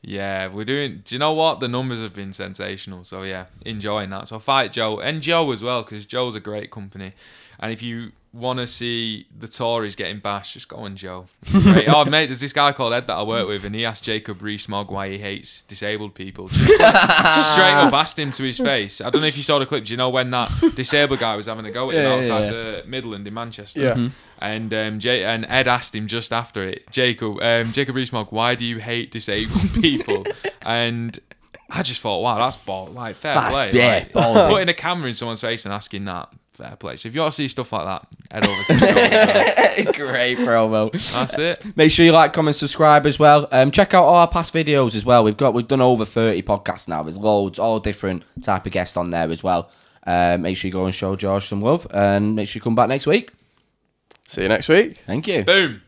[SPEAKER 3] Yeah, we're doing. Do you know what? The numbers have been sensational. So yeah, enjoying that. So fight Joe and Joe as well because Joe's a great company. And if you want to see the Tories getting bashed, just go on Joe. He's Great. oh mate, there's this guy called Ed that I work with, and he asked Jacob Rees-Mogg why he hates disabled people. Just straight up
[SPEAKER 2] Ah.
[SPEAKER 3] asked him to his face. I don't know if you saw the clip. Do you know when that disabled guy was having a go at him
[SPEAKER 2] Yeah, yeah,
[SPEAKER 3] outside
[SPEAKER 2] yeah.
[SPEAKER 3] the Midland in Manchester?
[SPEAKER 1] Yeah.
[SPEAKER 2] Mm-hmm.
[SPEAKER 1] Mhm.
[SPEAKER 3] And um, J- and Ed asked him just after it, Jacob, um, Jacob Rees-Mogg, why do you hate disabled people? and I just thought, wow, that's ball like fair
[SPEAKER 2] That's-
[SPEAKER 3] play.
[SPEAKER 2] yeah,
[SPEAKER 3] like,
[SPEAKER 2] ballsy.
[SPEAKER 3] putting a camera in someone's face and asking that, fair play. So if you want to see stuff like that, head over to. Joe.
[SPEAKER 2] Great promo.
[SPEAKER 3] that's it.
[SPEAKER 2] Make sure you like, comment, subscribe as well. Um, check out all our past videos as well. We've got we've done over thirty podcasts now. There's loads, all different type of guests on there as well. Um, make sure you go and show George some love, and make sure you come back next week.
[SPEAKER 1] See you next week.
[SPEAKER 2] Thank you.
[SPEAKER 3] Boom.